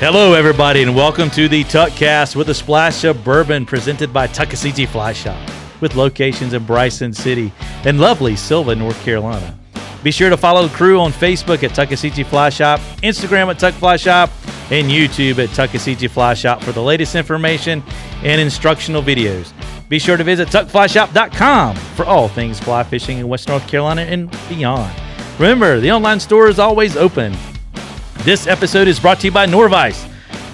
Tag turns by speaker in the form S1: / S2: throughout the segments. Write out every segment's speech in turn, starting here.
S1: Hello, everybody, and welcome to the Tuckcast with a splash of bourbon presented by Tuckasegee Fly Shop with locations in Bryson City and lovely Silva, North Carolina. Be sure to follow the crew on Facebook at Tuckasegee Fly Shop, Instagram at Tuck Fly Shop, and YouTube at Tuckasegee Fly Shop for the latest information and instructional videos. Be sure to visit tuckflyshop.com for all things fly fishing in West North Carolina and beyond. Remember, the online store is always open. This episode is brought to you by Norvice.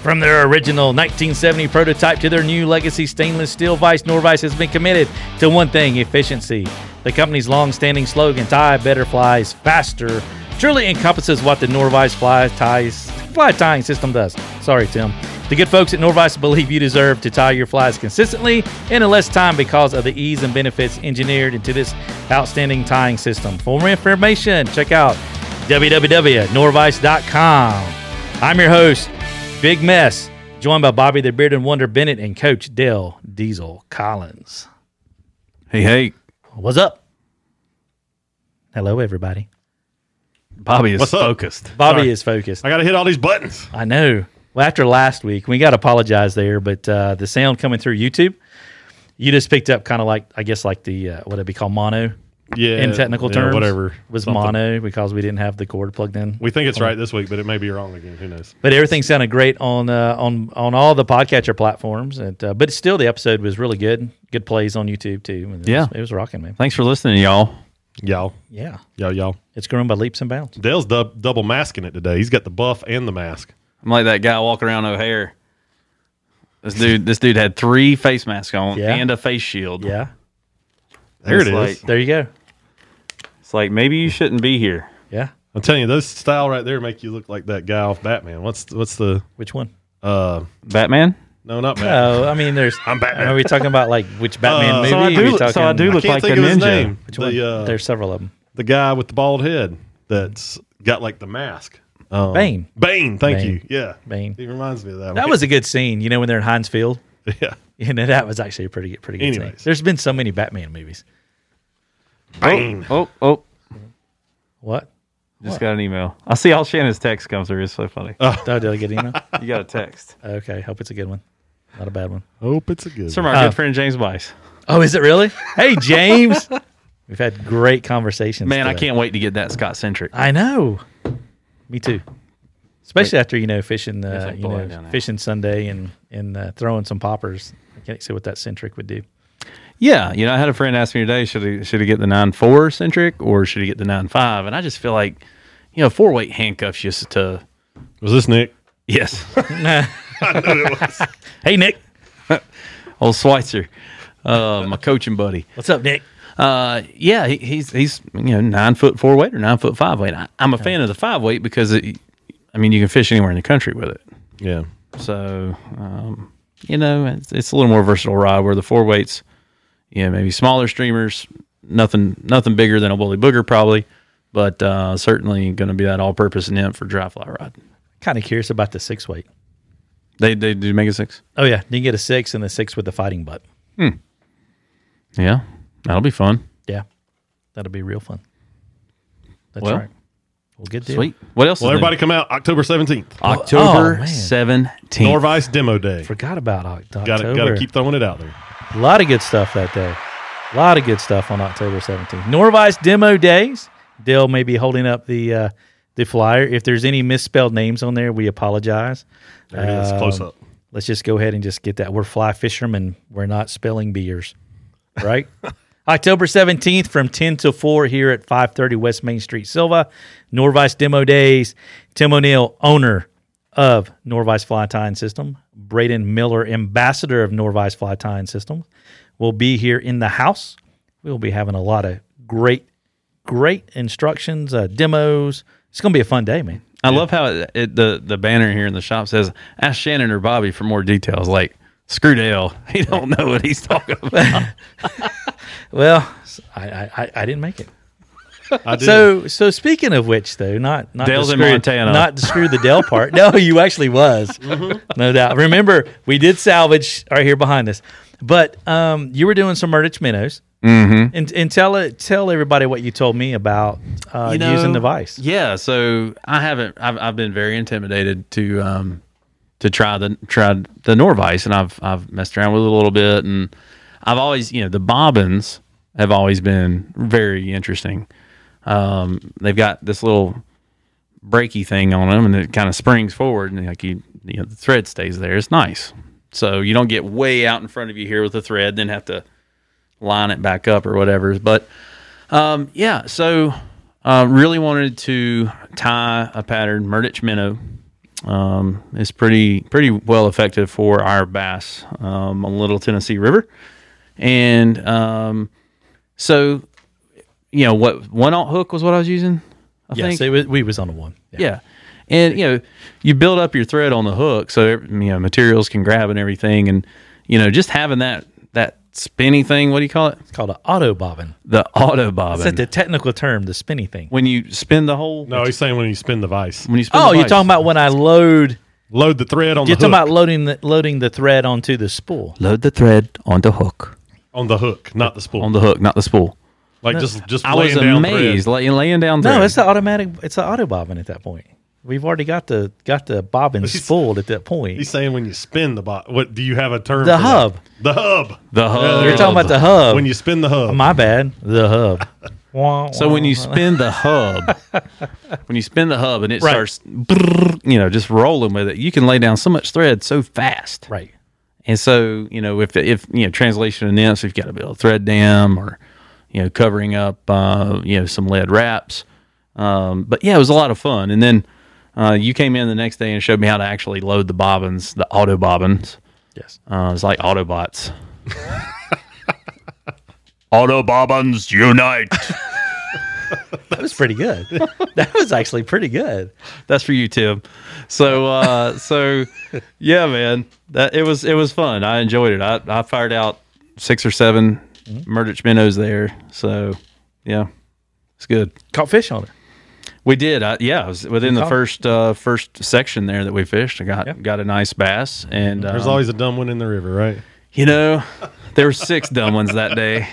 S1: From their original 1970 prototype to their new legacy stainless steel vise, Norvice has been committed to one thing efficiency. The company's long standing slogan, Tie Better Flies Faster, truly encompasses what the Norvice fly, ties, fly tying system does. Sorry, Tim. The good folks at Norvice believe you deserve to tie your flies consistently and in less time because of the ease and benefits engineered into this outstanding tying system. For more information, check out www.norvice.com. I'm your host, Big Mess, joined by Bobby the Beard and Wonder Bennett and Coach Dale Diesel Collins.
S2: Hey, hey,
S1: What's up? Hello, everybody.
S2: Bobby is
S3: What's up?
S2: focused.
S1: Bobby
S3: Sorry.
S1: is focused.
S3: I gotta hit all these buttons.
S1: I know. Well, after last week, we got to apologize there, but uh, the sound coming through YouTube, you just picked up kind of like, I guess, like the, uh, what it'd be called mono
S3: Yeah,
S1: in technical
S3: yeah,
S1: terms.
S3: whatever
S1: Was
S3: Something.
S1: mono because we didn't have the cord plugged in.
S3: We think it's right this week, but it may be wrong again. Who knows?
S1: But everything sounded great on uh, on on all the podcatcher platforms. And, uh, but still, the episode was really good. Good plays on YouTube too. And It
S2: Yeah.
S1: was, it was rocking, man.
S2: Thanks for listening, y'all.
S3: Y'all,
S1: Yeah,
S3: y'all, y'all.
S1: it's growing by leaps and bounds.
S3: Dale's dub- double masking it today. He's got the buff and the mask.
S2: I'm like that guy walking around O'Hare. This dude, this dude had three face masks on
S1: Yeah.
S2: and a face shield.
S1: Yeah,
S3: There
S2: It's
S3: it is.
S2: like-
S1: there you go.
S2: It's like maybe you shouldn't be here.
S1: Yeah,
S3: I'm telling you, those style right there make you look like that guy off Batman. What's what's the
S1: which one?
S3: uh
S2: Batman.
S3: no not Batman.
S1: Oh, I mean, there's.
S3: I'm Batman.
S1: Are we talking about like which Batman
S3: Uh,
S1: movie?
S3: so
S2: I
S1: Are
S2: do-
S1: we talking,
S2: so I do
S3: I
S2: look
S3: can't
S2: like
S3: think
S2: a
S3: of his
S2: ninja.
S3: name.
S1: Which one?
S3: The uh,
S1: there's several of them.
S3: the guy with the bald head that's got like the mask. Um,
S1: Bane.
S3: Bane. Thank
S1: Bane.
S3: you. Yeah.
S1: Bane.
S3: He reminds me of that.
S1: That
S3: one.
S1: was a good scene. You know when they're in Heinz Field.
S3: yeah.
S1: You know that was actually a pretty good, pretty good scene.
S3: Anyways.
S1: There's been so many Batman movies.
S3: Bane.
S2: Oh, oh,
S1: What?
S2: just got an email. I see all Shannon's text come through. It's so funny.
S1: Oh, did I get email?
S2: You got a text.
S1: okay, hope it's a good one, not a bad one.
S3: Hope it's a good.
S2: It's from our
S1: Oh.
S2: good friend James Bice.
S1: Oh, is it really? Hey, James. We've had great conversations.
S2: Man, I
S1: today.
S2: can't wait to get that Scott centric.
S1: I know. Me too. Especially after you know fishing, uh,
S2: a
S1: you
S2: boy down
S1: know
S2: there.
S1: fishing Sunday and and uh, throwing some poppers. I can't see what that centric would do.
S2: Yeah, you know, I had a friend ask me today, should he should he get the nine four centric or should he get the nine five? And I just feel like, you know, four weight handcuffs just to
S3: Was this Nick?
S2: yes,
S3: I know it was.
S1: Hey, Nick.
S2: old Schweitzer, uh, my coaching buddy.
S1: What's up, Nick?
S2: Uh, yeah, he, he's he's you know nine foot four weight or nine foot five weight. I, I'm a fan of the five weight because it, I mean you can fish anywhere in the country with it.
S3: yeah.
S2: So um, you know it's, it's a little more versatile rod where the four weights, you know maybe smaller streamers, nothing nothing bigger than a woolly booger probably, but uh, certainly going to be that all purpose nymph for dry fly rod.
S1: Kind of curious about the six weight.
S2: They they do mega six.
S1: Oh yeah, you can get a six and the six with the fighting butt.
S2: Yeah, that'll be fun.
S1: Yeah, that'll be real fun. That's
S2: Well,
S1: right. Well, good deal.
S2: Sweet. What else?
S3: Well,
S2: is new?
S3: everybody come out October 17th.
S1: Oh,
S2: October
S1: man.
S2: seventeenth.
S3: Norvice Demo Day.
S1: Forgot about Oct-
S3: Got
S1: October.
S3: to got to keep throwing it out there.
S1: A lot of good stuff that day. A lot of good stuff on October 17th. Norvice Demo Days. Dale may be holding up the uh, the flyer. If there's any misspelled names on there, we apologize.
S3: There it is, close
S1: Um,
S3: up.
S1: Let's just go ahead and just get that. We're fly fishermen. We're not spelling beers, right? October 17th from 10 to 4 here at 530 West Main Street, Silva. Norvice Demo Days. Tim O'Neill, owner of Norvice Fly Tying System. Braden Miller, ambassador of Norvice Fly Tying System, will be here in the house. We'll be having a lot of great, great instructions, uh, demos. It's going to be a fun day, man.
S2: I love how it, it, the the banner here in the shop says, "Ask Shannon or Bobby for more details." Like, screw Dale, he don't know what he's talking about.
S1: Well, I, I, I- I didn't make it.
S3: I did.
S1: So, so speaking of which, though, not not
S2: Dale's
S1: to
S2: in
S1: screw,
S2: Montana. Mm-hmm.
S1: not to screw the Dale part. No, you actually was, no doubt. Remember, we did salvage right here behind us, but um, you were doing some Murdich minnows, mm-hmm. and and tell it tell everybody what you told me about uh,
S2: You know,
S1: using the vice.
S2: Yeah, so I haven't. I've, I've been very intimidated to um, to try the try the Norvice, and I've I've messed around with it a little bit, and I've always you know the bobbins have always been very interesting. Um, they've got this little breaky thing on them, and it kind of springs forward, and like you, you know, the thread stays there. It's nice, so you don't get way out in front of you here with the thread, then have to line it back up or whatever. But um, yeah, so uh, really wanted to tie a pattern Murdich minnow. Um, it's pretty pretty well effective for our bass um, on Little Tennessee River, and um, so you know what one alt hook was what I was using. I
S1: Yes, it was, we was on a one.
S2: yeah. And you know, you build up your thread on the hook so every- you know materials can grab and everything, and you know just having that that spinny thing. What do you call it?
S1: It's called an auto bobbin.
S2: The auto
S1: That's
S2: bobbin.
S1: the technical term, the spinny thing.
S2: when you spin the whole.
S3: No, he's saying when you spin the vice,
S2: When you spin
S1: Oh,
S2: the
S1: you're
S2: vise.
S1: talking about when I load.
S3: load the thread on
S1: You're
S3: the hook.
S1: talking about loading the, loading the thread onto the spool.
S2: load the thread on the hook
S3: on the hook, not the spool.
S2: on the hook, not the spool.
S3: like just just
S2: I was
S3: laying down
S2: amazed
S3: thread.
S2: laying laying down thread.
S1: No, it's the automatic. It's the auto bobbin at that point. We've already got the got the bobbin
S3: He's-
S1: spooled at that point.
S3: He's saying when you spin the bot. What do you have a term?
S1: The
S3: for that?
S1: hub.
S3: The hub.
S2: the hub.
S1: You're talking about the hub.
S3: When you spin the hub.
S1: My bad. The hub. Wah,
S2: So
S1: wah.
S2: when you spin the hub, when you spin the hub and it
S1: Right.
S2: starts, brrr, you know, just rolling with it, you can lay down so much thread so fast.
S1: right,
S2: And so, you know, if if you know translation and nymphs, you've got to build a thread dam or you know covering up uh, you know some lead wraps. Um, but yeah, it was a lot of fun. And then uh, you came in the next day and showed me how to actually load the bobbins, the auto bobbins.
S1: yes,
S2: Uh, it's like Autobots.
S4: Autobobbins unite.
S1: that was pretty good. that was actually pretty good.
S2: That's for you, Tim. So, uh, so yeah, man, that it was it was fun. I enjoyed it. I, I fired out six or 7
S1: Mm-hmm.
S2: Murdich minnows there. So, yeah, it's good.
S1: Caught fish on it.
S2: We did. I, yeah, it was within the
S1: caught-
S2: first uh, first section there that we fished. I got
S1: Yeah.
S2: got a nice bass, and
S3: There's
S2: um,
S3: always a dumb one in the river, right?
S2: you know there were six dumb ones that day.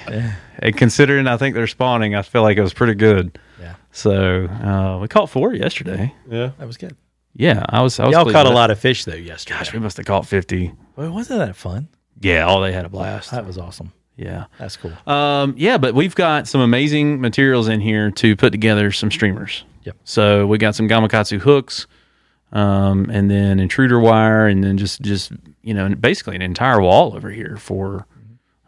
S2: And considering I think they're spawning, I feel like it was pretty good.
S1: Yeah,
S2: So uh, we caught four yesterday.
S3: Yeah.
S1: that was good.
S2: Yeah, I was. I was
S1: Y'all
S2: pleased
S1: caught a
S2: with it.
S1: lot of fish though yesterday.
S2: Gosh, we must have caught fifty.
S1: Well, wasn't that fun?
S2: Yeah, all they had a blast.
S1: That was awesome.
S2: Yeah.
S1: That's cool.
S2: Um, yeah, but we've got some amazing materials in here to put together some streamers.
S1: Yep.
S2: So we got some Gamakatsu hooks, um, and then intruder wire, and then just just you know basically an entire wall over here for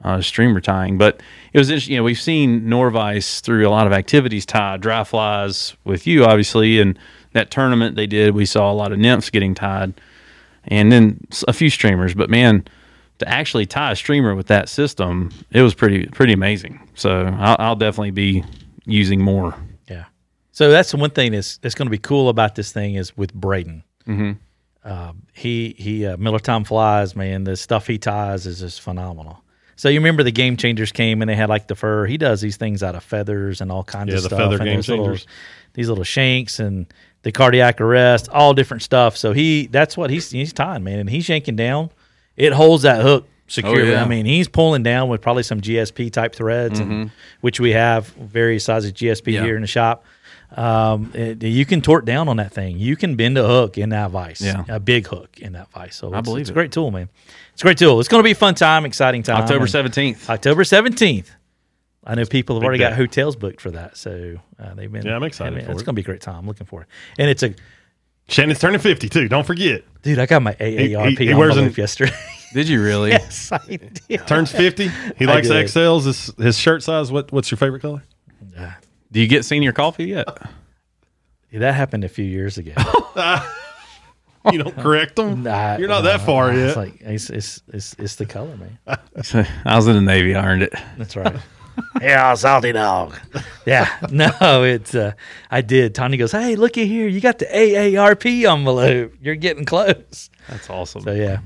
S2: uh, streamer tying. But it was interesting. You know, we've seen Norvice through a lot of activities tie dry flies with you, obviously, and that tournament they did. We saw a lot of nymphs getting tied, and then s- a few streamers. But man. To actually tie a streamer with that system, it was pretty pretty amazing. So I'll, I'll definitely be using more.
S1: Yeah. So that's the one thing that's that's going to be cool about this thing is with Braden. Mm-hmm. Uh, he he uh, Miller Time flies, man. The stuff he ties is just phenomenal. So you remember the game changers came and they had like the fur. He does these things out of feathers and all kinds
S3: Yeah,
S1: of
S3: the
S1: stuff.
S3: feather
S1: and
S3: Game
S1: those little-
S3: Changers.
S1: these little shanks and the cardiac arrest, all different stuff. So he that's what he's he's tying, man, and he's yanking down. It holds that hook securely.
S3: Oh,
S2: yeah.
S1: I mean, he's pulling down with probably some GSP type threads,
S3: Mm-hmm.
S1: and, which we have various sizes of GSP
S2: Yeah.
S1: here in the shop. Um, it- you can torque down on that thing. You can bend a hook in that vise,
S2: Yeah.
S1: a big hook in that vise. So it's,
S2: believe
S1: it's
S2: it.
S1: a great tool, man. It's a great tool. It's going to be a fun time, exciting time.
S2: October
S1: and-
S2: seventeenth.
S1: October 17th. I know people have already got
S3: day.
S1: hotels booked for that. So uh, they've been.
S3: Yeah, I'm excited
S1: I mean,
S3: for
S1: It's
S3: it.
S1: going to be a great time. I'm looking for it. And it's a.
S3: Shannon's turning 50 too. Don't forget.
S1: Dude, I got my AARP
S3: he
S1: on
S3: wears
S1: my
S3: an-
S1: loop yesterday.
S2: Did you really?
S1: yes, I did.
S3: Turns 50. He likes
S1: did.
S3: XLs. His, his shirt size. What What's your favorite color?
S2: Do you get senior coffee yet?
S1: That happened a few years ago.
S3: You don't correct them.
S1: Nah,
S3: You're not that far
S1: Uh, it's
S3: yet.
S1: like it's, it's it's it's the color, man.
S2: I was in the Navy. I earned it.
S1: That's right. yeah, salty dog. Yeah, no, it's uh, I did. Tony goes, hey, looky here, you got the AARP envelope. You're getting close.
S2: That's awesome.
S1: So yeah,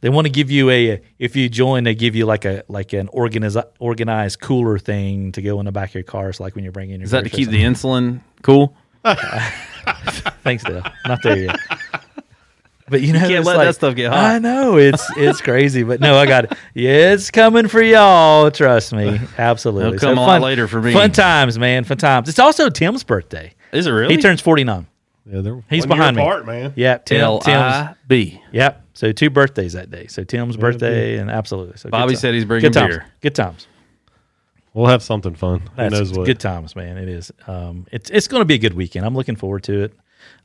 S1: they want to give you a if you join, they give you like a like an organized organized cooler thing to go in the back of your car. It's like when you're bringing your
S2: Is that to
S1: groceries
S2: keep
S1: or
S2: the insulin cool?
S1: Thanks, Dale. Not there yet. But you know,
S2: can't
S1: it's
S2: let
S1: like-
S2: that stuff get hot.
S1: I know it's it's crazy, but no, I got it. Yeah, it's coming for y'all. Trust me, absolutely.
S2: It'll come a lot later for me.
S1: Fun times, man. Fun times. It's also Tim's birthday.
S2: Is it really?
S1: He turns forty nine.
S3: Yeah, they're
S1: He's
S3: one year
S1: behind me.
S3: apart, man.
S1: Yep. Tim,
S2: L
S1: Tim's.
S2: I B.
S1: Yep. So two birthdays that day. So Tim's birthday and absolutely. So good
S2: Bobby
S1: time-
S2: said he's bringing
S1: good times.
S2: beer.
S1: Good times.
S3: We'll have something fun.
S1: That's
S3: Who knows what?
S1: good times, man. It is. Um, it's it's going to be a good weekend. I'm looking forward to it.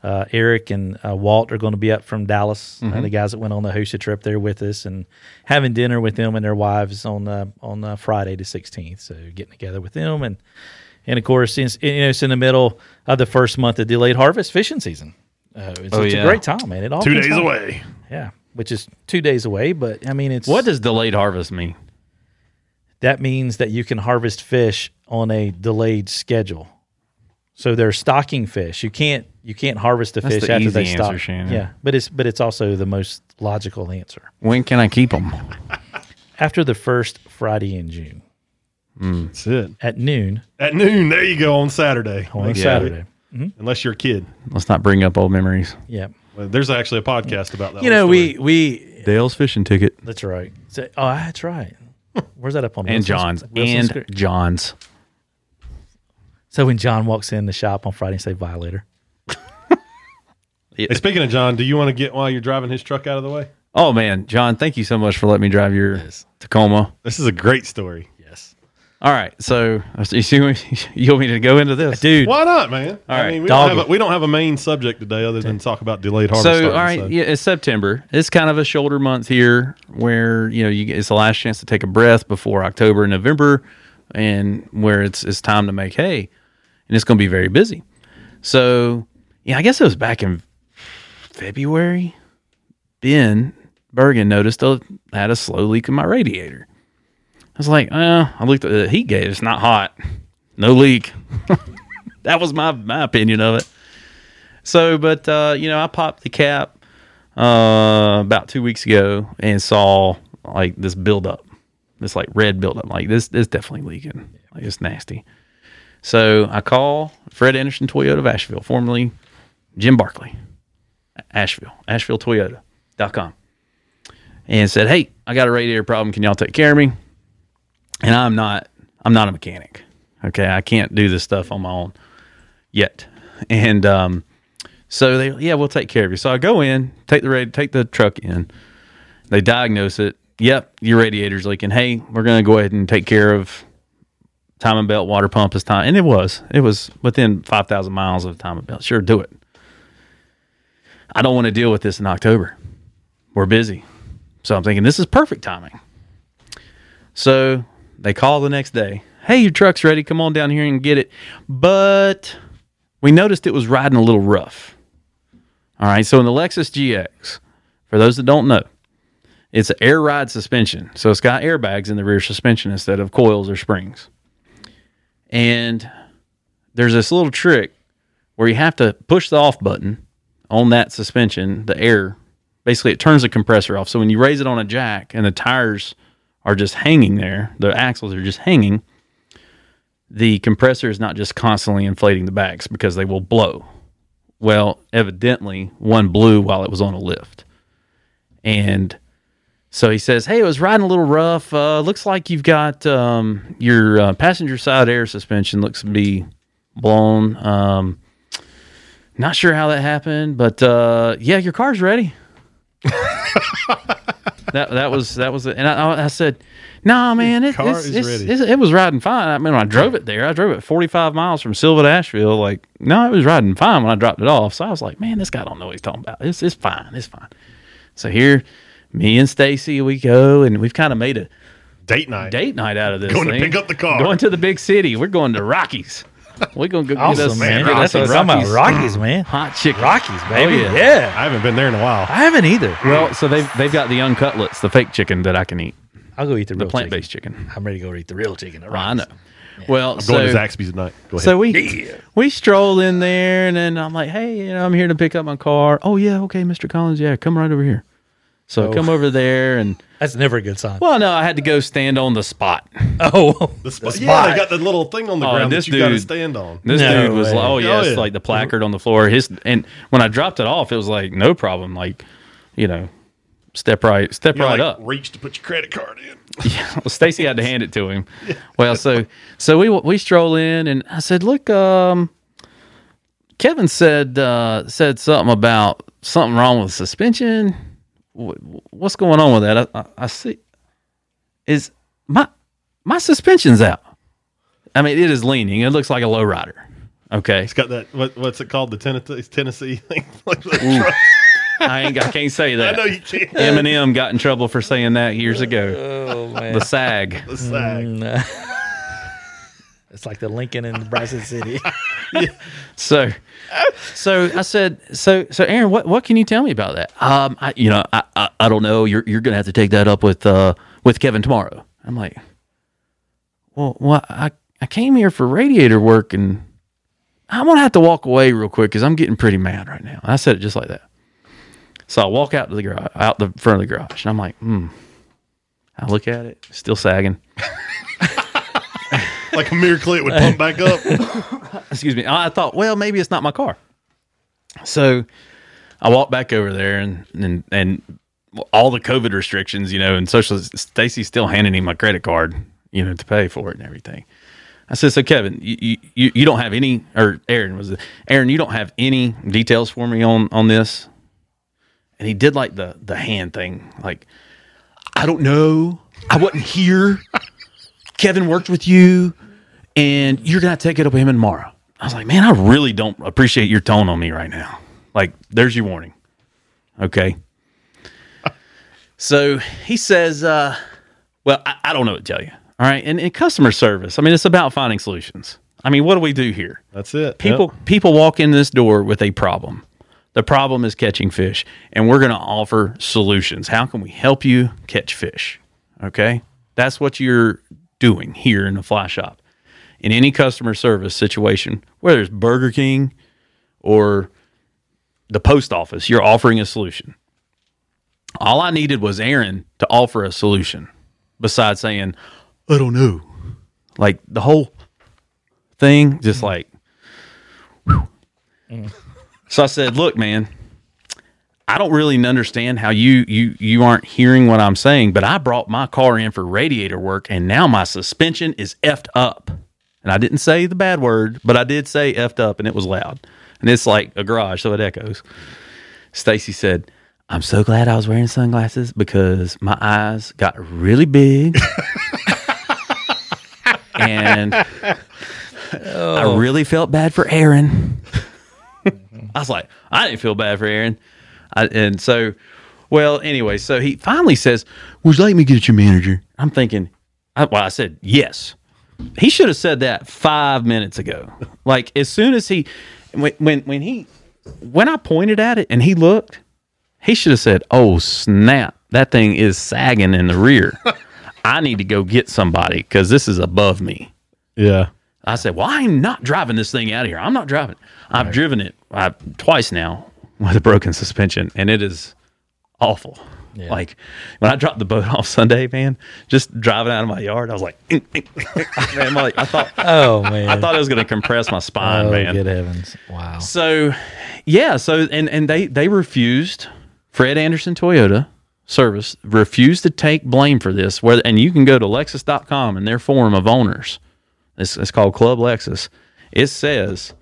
S1: Uh, Eric and uh, Walt are going to be up from Dallas. Uh, the guys that went on the Hosha trip there with us, and having dinner with them and their wives on uh, on uh, Friday the 16th. So getting together with them, and and of course, it's, you know, it's in the middle of the first month of delayed harvest fishing season. Uh, it's,
S2: Oh,
S1: it's
S2: yeah.
S1: a great time, man. It all
S4: Two
S1: comes
S4: days
S1: out-
S4: away.
S1: Yeah, which is two days away, but I mean, it's
S2: What does delayed harvest mean?
S1: that means that you can harvest fish on a delayed schedule. So they're stocking fish. You can't you can't harvest the
S2: That's
S1: fish
S2: the
S1: after they
S2: easy
S1: stock.
S2: answer, Shannon.
S1: Yeah, but it's but it's also the most logical answer.
S2: When can I keep them?
S1: After the first Friday in June
S3: That's it.
S1: at noon
S3: At noon, there you go on Saturday.
S1: on
S3: Unless-
S1: Saturday.
S3: Unless you're a kid.
S2: Let's not bring up old memories.
S1: Yeah,
S3: Well, There's actually a podcast about that.
S1: you
S3: whole
S1: know
S3: story.
S1: we we
S2: Dale's fishing ticket
S1: that's right. So, oh, that's right. Where's that up on
S2: and
S1: Wilson's-
S2: John's
S1: Wilson's
S2: and
S1: Creek?
S2: John's.
S1: so when John walks in the shop on Friday, and say violator.
S3: Hey, speaking of John, do you want to get while you're driving his truck out of the way?
S2: Oh man, John, thank you so much for letting me drive your Tacoma.
S3: This is a great story.
S1: Yes,
S2: All right, so you see, you want me to go into this,
S1: dude.
S3: Why not, man? All
S2: right,
S3: I mean, we don't,
S1: dog
S3: have
S1: it.
S3: a, we don't have a main subject today other than talk about delayed harvest.
S2: So
S3: harvest,
S2: all right,
S3: so-
S2: yeah, it's September. It's kind of a shoulder month here, where you know you, get- it's the last chance to take a breath before October and November, and where it's it's time to make hay, and it's going to be very busy. So yeah, I guess it was back in February. Ben Bergen noticed I had a slow leak in my radiator. I was like, uh, I looked at the heat gauge. It's not hot. No leak. that was my my opinion of it. So, but uh, you know, I popped the cap uh, about two weeks ago and saw like this buildup, this like red buildup. Like this, this definitely leaking. Like it's nasty. So I call Fred Anderson Toyota of Asheville, formerly Jim Barkley, Asheville, AshevilleToyota.com, and said, "Hey, I got a radiator problem. Can y'all take care of me?" And I'm not, I'm not a mechanic. Okay, I can't do this stuff on my own yet. And um, so they, yeah, we'll take care of you. So I go in, take the radi- take the truck in. They diagnose it. Yep, your radiator's leaking. Hey, we're gonna go ahead and take care of time and belt water pump is time, and it was it was within five thousand miles of time and belt. Sure, do it. I don't want to deal with this in October. We're busy, so I'm thinking this is perfect timing. So they call the next day. Hey, your truck's ready. Come on down here and get it. But we noticed it was riding a little rough. All right, so in the Lexus GX, for those that don't know, it's an air ride suspension. So it's got airbags in the rear suspension instead of coils or springs. And there's this little trick where you have to push the off button on that suspension, the air. Basically, it turns the compressor off. So when you raise it on a jack and the tires are just hanging there, the axles are just hanging, the compressor is not just constantly inflating the bags because they will blow. Well, evidently, one blew while it was on a lift. And so he says, Hey, it was riding a little rough. Uh, looks like you've got um, your uh, passenger side air suspension looks to be blown. Um, not sure how that happened, but uh, yeah, your car's ready. that that was that was it. And I, I said, Nah, man, it,
S3: car
S2: it's,
S3: is
S2: it's,
S3: ready."
S2: it's- it was riding fine. I mean, when I drove it there. I drove it 45 miles from Silva to Asheville. Like, no, it was riding fine when I dropped it off. So I was like, Man, this guy don't know what he's talking about. It's it's fine. It's fine. So here, me and Stacy, we go and we've kind of made a
S3: date night.
S2: date night out of this.
S4: Going to
S2: thing.
S4: pick up the car.
S2: Going to the big city. We're going to Rockies. We're gonna go get us,
S1: Awesome, man.
S2: Get us
S1: That's what
S2: a
S1: I'm talking
S2: Rockies,
S1: about. Rockies, man.
S2: hot chicken.
S1: Rockies, baby.
S2: Oh, yeah.
S1: yeah.
S3: I haven't been there in a while.
S1: I haven't either.
S2: Well, so they've they've got the young cutlets, the fake chicken that I can eat,
S1: I'll go eat the,
S2: the
S1: real
S2: plant
S1: chicken.
S2: based chicken. Oh,
S1: I'm ready to go eat the real chicken. at
S2: I
S1: Rockies.
S2: know. Well,
S3: I'm
S2: so
S3: going to Zaxby's tonight. Go ahead.
S2: So we we stroll in there, and then I'm like, "Hey, you know, I'm here to pick up my car." Oh yeah, okay, Mr. Collins, yeah, come right over here. So I come over there, and
S1: That's never a good sign.
S2: well, no, I had to go stand on the spot.
S1: Oh,
S3: the spot.
S1: the
S3: Yeah, they
S1: spot.
S3: got the little thing on the
S2: Oh,
S3: ground
S2: this
S3: that you got to
S2: dude-
S3: stand on.
S2: This
S1: No
S2: dude was
S1: way.
S2: like, "Oh
S3: Oh,
S2: yeah,
S3: yeah.
S2: it's like the placard on the floor." His and when I dropped it off, it was like no problem. Like, you know, step right, step
S3: You
S2: right up.
S3: like reach to put your credit card in.
S2: well, Stacy had to hand it to him. Well, so so we we stroll in, and I said, "Look, um, Kevin said uh, said something about something wrong with suspension. Wh- wh- What's going on with that? I, I, I see. Is my my suspension's out? I mean, it is leaning. It looks like a lowrider. Okay,
S3: It's got that what, what's it called? The Tennessee Tennessee thing. like the truck.
S2: I ain't. I can't say
S3: I know
S2: that.
S3: you can't.
S2: Eminem got in trouble for saying that years ago.
S1: Oh man.
S2: The sag.
S3: The sag.
S1: it's like the Lincoln in Bryson City.
S2: So, so I said, so, so Aaron, what, what can you tell me about that? Um, I, you know, I, I, I don't know. You're, you're going to have to take that up with, uh, with Kevin tomorrow. I'm like, well, well, I, I came here for radiator work and I'm going to have to walk away real quick because I'm getting pretty mad right now. And I said it just like that. So I walk out to the garage, out the front of the garage and I'm like, hmm, I look at it, still sagging.
S3: Like a miracle, it would pump back up.
S2: excuse me. I I thought, well, maybe it's not my car. So I walked back over there and and and all the COVID restrictions, you know, and social. Stacy's still handing me my credit card, you know, to pay for it and everything. I said, so Kevin, you- you you, you don't have any, or Aaron was, it? Aaron, you don't have any details for me on on this. And he did like the the hand thing, like I don't know, I wasn't here. Kevin worked with you and you're gonna take it up with him tomorrow. I was like, man, I really don't appreciate your tone on me right now. Like, there's your warning. Okay. so he says, uh, well, I, I don't know what to tell you. All right. And in customer service, I mean, it's about finding solutions. I mean, what do we do here?
S3: That's it.
S2: People people walk in this door with a problem. The problem is catching fish, and we're going to offer solutions. How can we help you catch fish? Okay, that's what you're doing here in the fly shop. In any customer service situation, whether it's Burger King or the post office, you're offering a solution. All I needed was Aaron to offer a solution. Besides saying, "I don't know," like the whole thing, just like so I said, "Look, man, I don't really understand how you you you aren't hearing what I'm saying, but I brought my car in for radiator work, and now my suspension is effed up." And I didn't say the bad word, but I did say effed up, and it was loud, and it's like a garage, so it echoes. Stacy said. I'm so glad I was wearing sunglasses because my eyes got really big. and I really felt bad for Aaron. I was like, I didn't feel bad for Aaron. I, and so, well, anyway, so he finally says, Would you like me to get your manager? I'm thinking, I, well, I said, Yes. He should have said that five minutes ago. Like, as soon as he, when, when, when he, when I pointed at it and he looked, he should have said, Oh, snap, that thing is sagging in the rear. I need to go get somebody because this is above me.
S3: Yeah.
S2: I said, "Well, I'm not driving this thing out of here. I'm not driving. I've driven it i twice now with a broken suspension, and it is awful. Like when I dropped the boat off Sunday, man, just driving out of my yard, I was like, man, like, I thought
S1: Oh man.
S2: I thought it was going to compress my spine,
S1: Oh,
S2: man.
S1: good heavens. Wow.
S2: So, yeah. So, and and they they refused. Fred Anderson Toyota Service refused to take blame for this. Where and you can go to Lexus.com and their forum of owners. It's, it's called Club Lexus. It says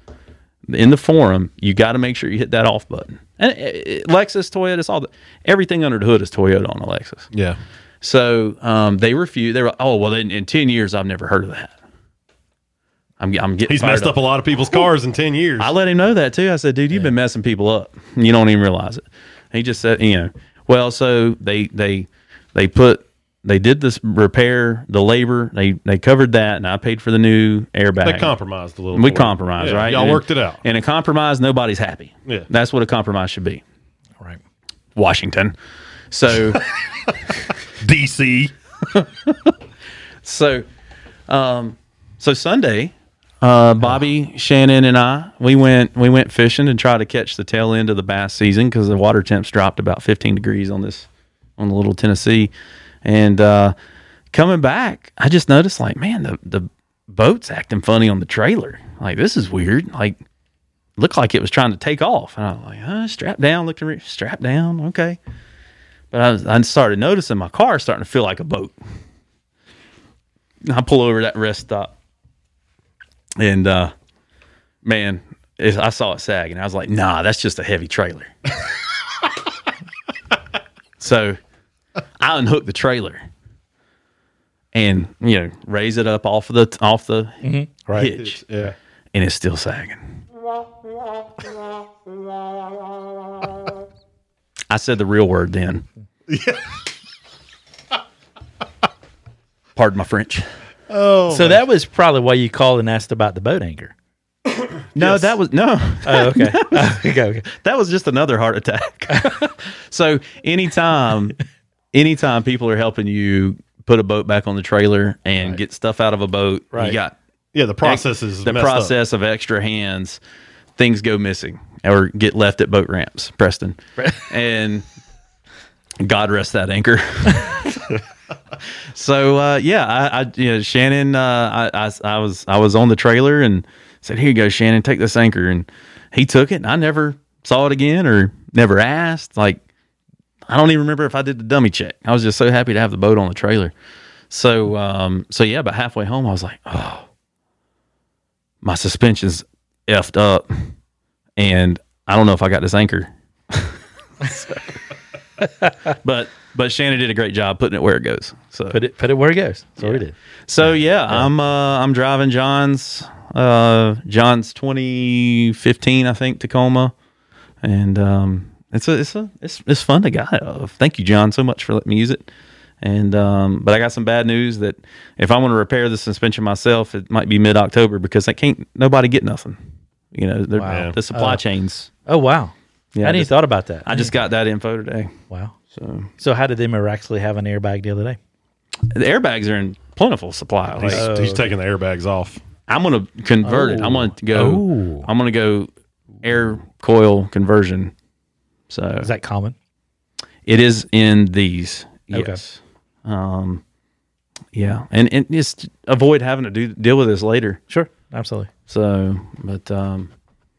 S2: in the forum you got to make sure you hit that off button. And it, it- Lexus, Toyota, it's all the, everything under the hood is Toyota on a Lexus.
S3: Yeah.
S2: So um, they refused. They were oh well. In, in ten years, I've never heard of that. I'm I'm getting
S3: He's
S2: fired
S3: messed up. a lot of people's cars in ten years.
S2: I let him know that too. I said, dude, you've been messing people up. and You don't even realize it. And he just said, you know, well, so they they they put they did this repair, the labor, they they covered that, and I paid for the new airbag.
S3: they compromised a little.
S2: we
S3: for it.
S2: compromise,
S3: Yeah,
S2: right?
S3: Y'all
S2: And-
S3: worked it out.
S2: And a compromise, nobody's happy.
S3: Yeah.
S2: That's what a compromise should be.
S1: Right.
S2: Washington. So
S4: DC.
S2: So, um, so Sunday, uh, Bobby, Shannon, and I we went we went fishing and tried to catch the tail end of the bass season because the water temps dropped about 15 degrees on this on the little Tennessee, and uh, coming back, I just noticed like man the the boat's acting funny on the trailer like this is weird like looked like it was trying to take off and I was like uh, strap down looked at me strap down okay. But I, was, I started noticing my car starting to feel like a boat. I pull over that rest stop, and uh, man, is- I saw it sag, and I was like, "Nah, that's just a heavy trailer." so I unhooked the trailer and you know raise it up off of the off the
S1: Mm-hmm.
S2: hitch,
S3: Yeah.
S2: and it's still sagging. I said the real word then. Pardon my French. Oh,
S1: so that was probably why you called and asked about the boat anchor.
S2: No, that was no.
S1: Oh, okay. okay, okay.
S2: that was just another heart attack. so anytime, anytime people are helping you put a boat back on the trailer and get stuff out of a boat,
S1: Right.
S2: you got
S3: Yeah, the process is
S2: the
S3: messed up.
S2: process of extra hands. Things go missing or get left at boat ramps, Preston, and God rest that anchor. so uh, yeah, I, I you know, Shannon, uh, I, I I was I was on the trailer and said, "Here you go, Shannon, take this anchor," and he took it, and I never saw it again or never asked. Like I don't even remember if I did the dummy check. I was just so happy to have the boat on the trailer. So um, so yeah, but halfway home, I was like, "Oh, my suspension's effed up, and I don't know if I got this anchor." So- but but Shannon did a great job putting it where it goes. So
S1: Put it put it where it goes. So we did.
S2: so yeah, I'm uh, I'm driving John's uh, John's 2015 I think Tacoma, and um, it's a, it's a, it's it's fun to get out of. Thank you, John, so much for letting me use it. And um, but I got some bad news that if I want to repair the suspension myself, it might be mid October because I can't nobody get nothing. You know, they're-
S1: Wow.
S2: the supply
S1: Uh,
S2: chains.
S1: Oh wow. I
S2: Yeah,
S1: hadn't even
S2: just-
S1: thought about that.
S2: I just got that info today.
S1: wow.
S2: So
S1: So how did they miraculously have an airbag the other day?
S2: the airbags are in plentiful supply. Like,
S3: He's, he's taking the airbags off.
S2: I'm gonna convert it. I'm gonna go.
S1: Oh.
S2: I'm gonna go air coil conversion. So
S1: Is that common?
S2: it is in these.
S1: Okay.
S2: Yes. Um. Yeah, and and just avoid having to do deal with this later.
S1: Sure. Absolutely.
S2: So, but um,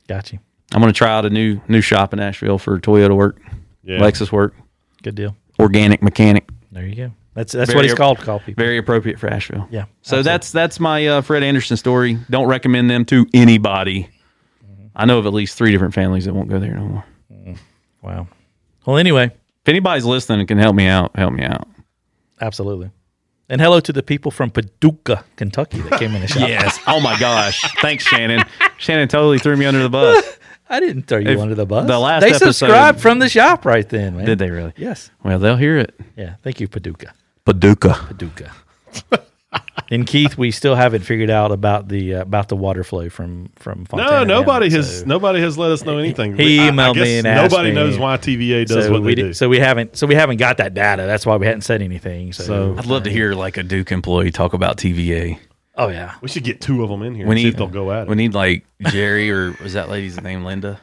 S1: Got you.
S2: I'm gonna try out a new new shop in Asheville for Toyota work,
S3: Yeah.
S2: Lexus work,
S1: Good deal.
S2: organic mechanic.
S1: There you go. That's that's
S2: Very
S1: what he's
S2: app-
S1: called. Call people.
S2: Very appropriate for Asheville.
S1: Yeah.
S2: So
S1: absolutely.
S2: that's that's my uh, Fred Anderson story. Don't recommend them to anybody.
S1: Mm-hmm.
S2: I know of at least three different families that won't go there no more.
S1: wow. Well, anyway,
S2: If anybody's listening and can help me out, help me out.
S1: absolutely. And hello to the people from Paducah, Kentucky that came in the shop.
S2: Yes. oh my gosh. Thanks, Shannon. Shannon totally threw me under the bus.
S1: I didn't throw you
S2: If-
S1: under the bus.
S2: the last
S1: they
S2: episode-
S1: subscribed from the shop right then, man.
S2: Did they really?
S1: Yes.
S2: Well, they'll hear it.
S1: Yeah. Thank you, Paducah.
S2: Paducah.
S1: Paducah. and Keith, we still haven't figured out about the uh, about the water flow from from
S3: No,
S1: Fontana.
S3: nobody
S1: Down,
S3: has
S1: so-
S3: nobody has let us know anything.
S1: he
S3: I- I
S1: emailed me
S3: guess
S1: and asked
S3: nobody
S1: me.
S3: knows why TVA does
S1: so
S3: what
S1: we
S3: they
S1: di-
S3: do.
S1: so we haven't so we haven't got that data. That's why we hadn't said anything. So,
S3: So-
S2: I'd love to hear like a Duke employee talk about TVA.
S1: oh yeah,
S3: we should get two of them in here.
S2: We
S3: and see
S2: need
S3: if they'll go at it.
S2: We need like Jerry or was that lady's name Linda?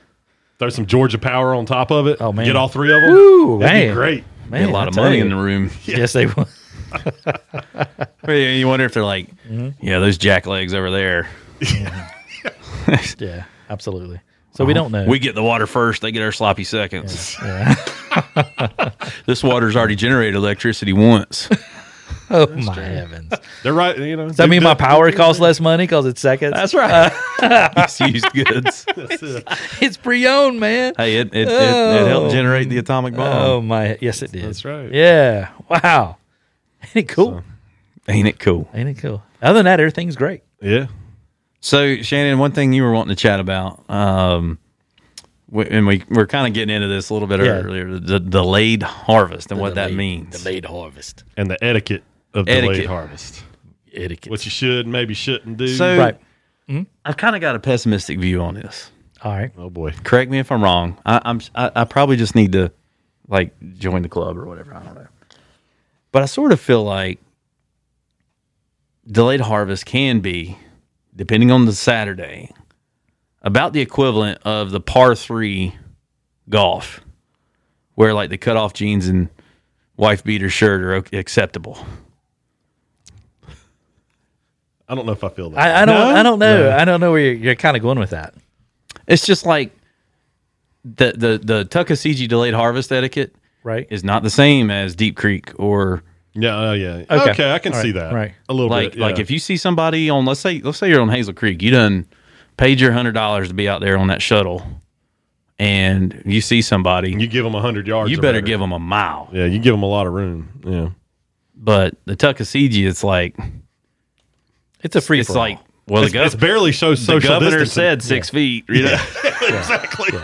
S3: Throw some Georgia Power on top of it.
S1: Oh, man.
S3: get all three of them.
S1: Woo,
S3: That'd
S1: man.
S3: be great.
S1: man,
S2: a lot
S1: I
S2: of
S1: tell
S2: money
S1: you.
S2: in the room.
S1: Yes, they will.
S2: You wonder if they're like,
S3: Mm-hmm.
S2: yeah, those jack legs over there.
S1: Yeah, absolutely. So we don't know.
S2: Uh-huh. We get the water first. They get our sloppy seconds.
S1: Yeah.
S2: This water's already generated electricity once.
S1: oh my heavens! Does
S3: They're right. You know. Does
S1: that mean my power costs less money because it's seconds? Uh,
S2: right. it's used goods.
S1: it's pre-owned, man.
S2: Hey, it, it, it,
S1: Oh.
S2: it helped generate the atomic
S1: Oh
S2: bomb.
S1: my! Yes, it did.
S3: That's right.
S1: Yeah. Wow. Ain't it cool?
S2: Ain't it cool?
S1: Ain't it cool? Other than that, everything's great.
S3: Yeah.
S2: So, Shannon, one thing you were wanting to chat about, um, we, and we we're kind of getting into this a little bit
S1: Yeah.
S2: earlier, the delayed harvest and what that
S1: Delayed-
S2: means.
S1: Delayed harvest
S3: And the etiquette of
S2: Etiquette.
S3: delayed harvest.
S1: etiquette.
S3: What you should, and maybe shouldn't do.
S2: So,
S1: right.
S2: I've kind of got a pessimistic view on this.
S1: All right.
S3: oh boy.
S2: Correct me if I'm wrong. I, I'm I, I probably just need to like join the club or whatever. I don't know. But I sort of feel like delayed harvest can be, depending on the Saturday, about the equivalent of the par three golf, where like the cutoff jeans and wife beater shirt are o- acceptable.
S3: I don't know if I feel that.
S1: I, I don't.
S2: No?
S1: I don't know. I don't know where you're, you're kind of going with that.
S2: It's just like the the the Tuckasegee delayed harvest etiquette
S1: Right.
S2: is not the same as Deep Creek or
S3: yeah. Oh yeah.
S1: Okay.
S3: Okay. I can
S1: All right,
S3: see that.
S1: right.
S3: A little
S2: like
S3: bit. yeah.
S2: like if you see somebody on let's say let's say you're on Hazel Creek, you done paid your hundred dollars to be out there on that shuttle, and you see somebody,
S3: You give them hundred yards.
S2: you
S3: or
S2: better
S3: better.
S2: give them a mile.
S3: Yeah, you give them a lot of room. Yeah,
S2: But the Tuckasegee, it's like
S1: It's a free
S2: it's
S1: for all.
S2: like well,
S3: it's,
S2: the, gov-
S3: it's barely shows
S2: the
S3: social
S2: governor
S3: distancing.
S2: said six feet. You know?
S4: exactly.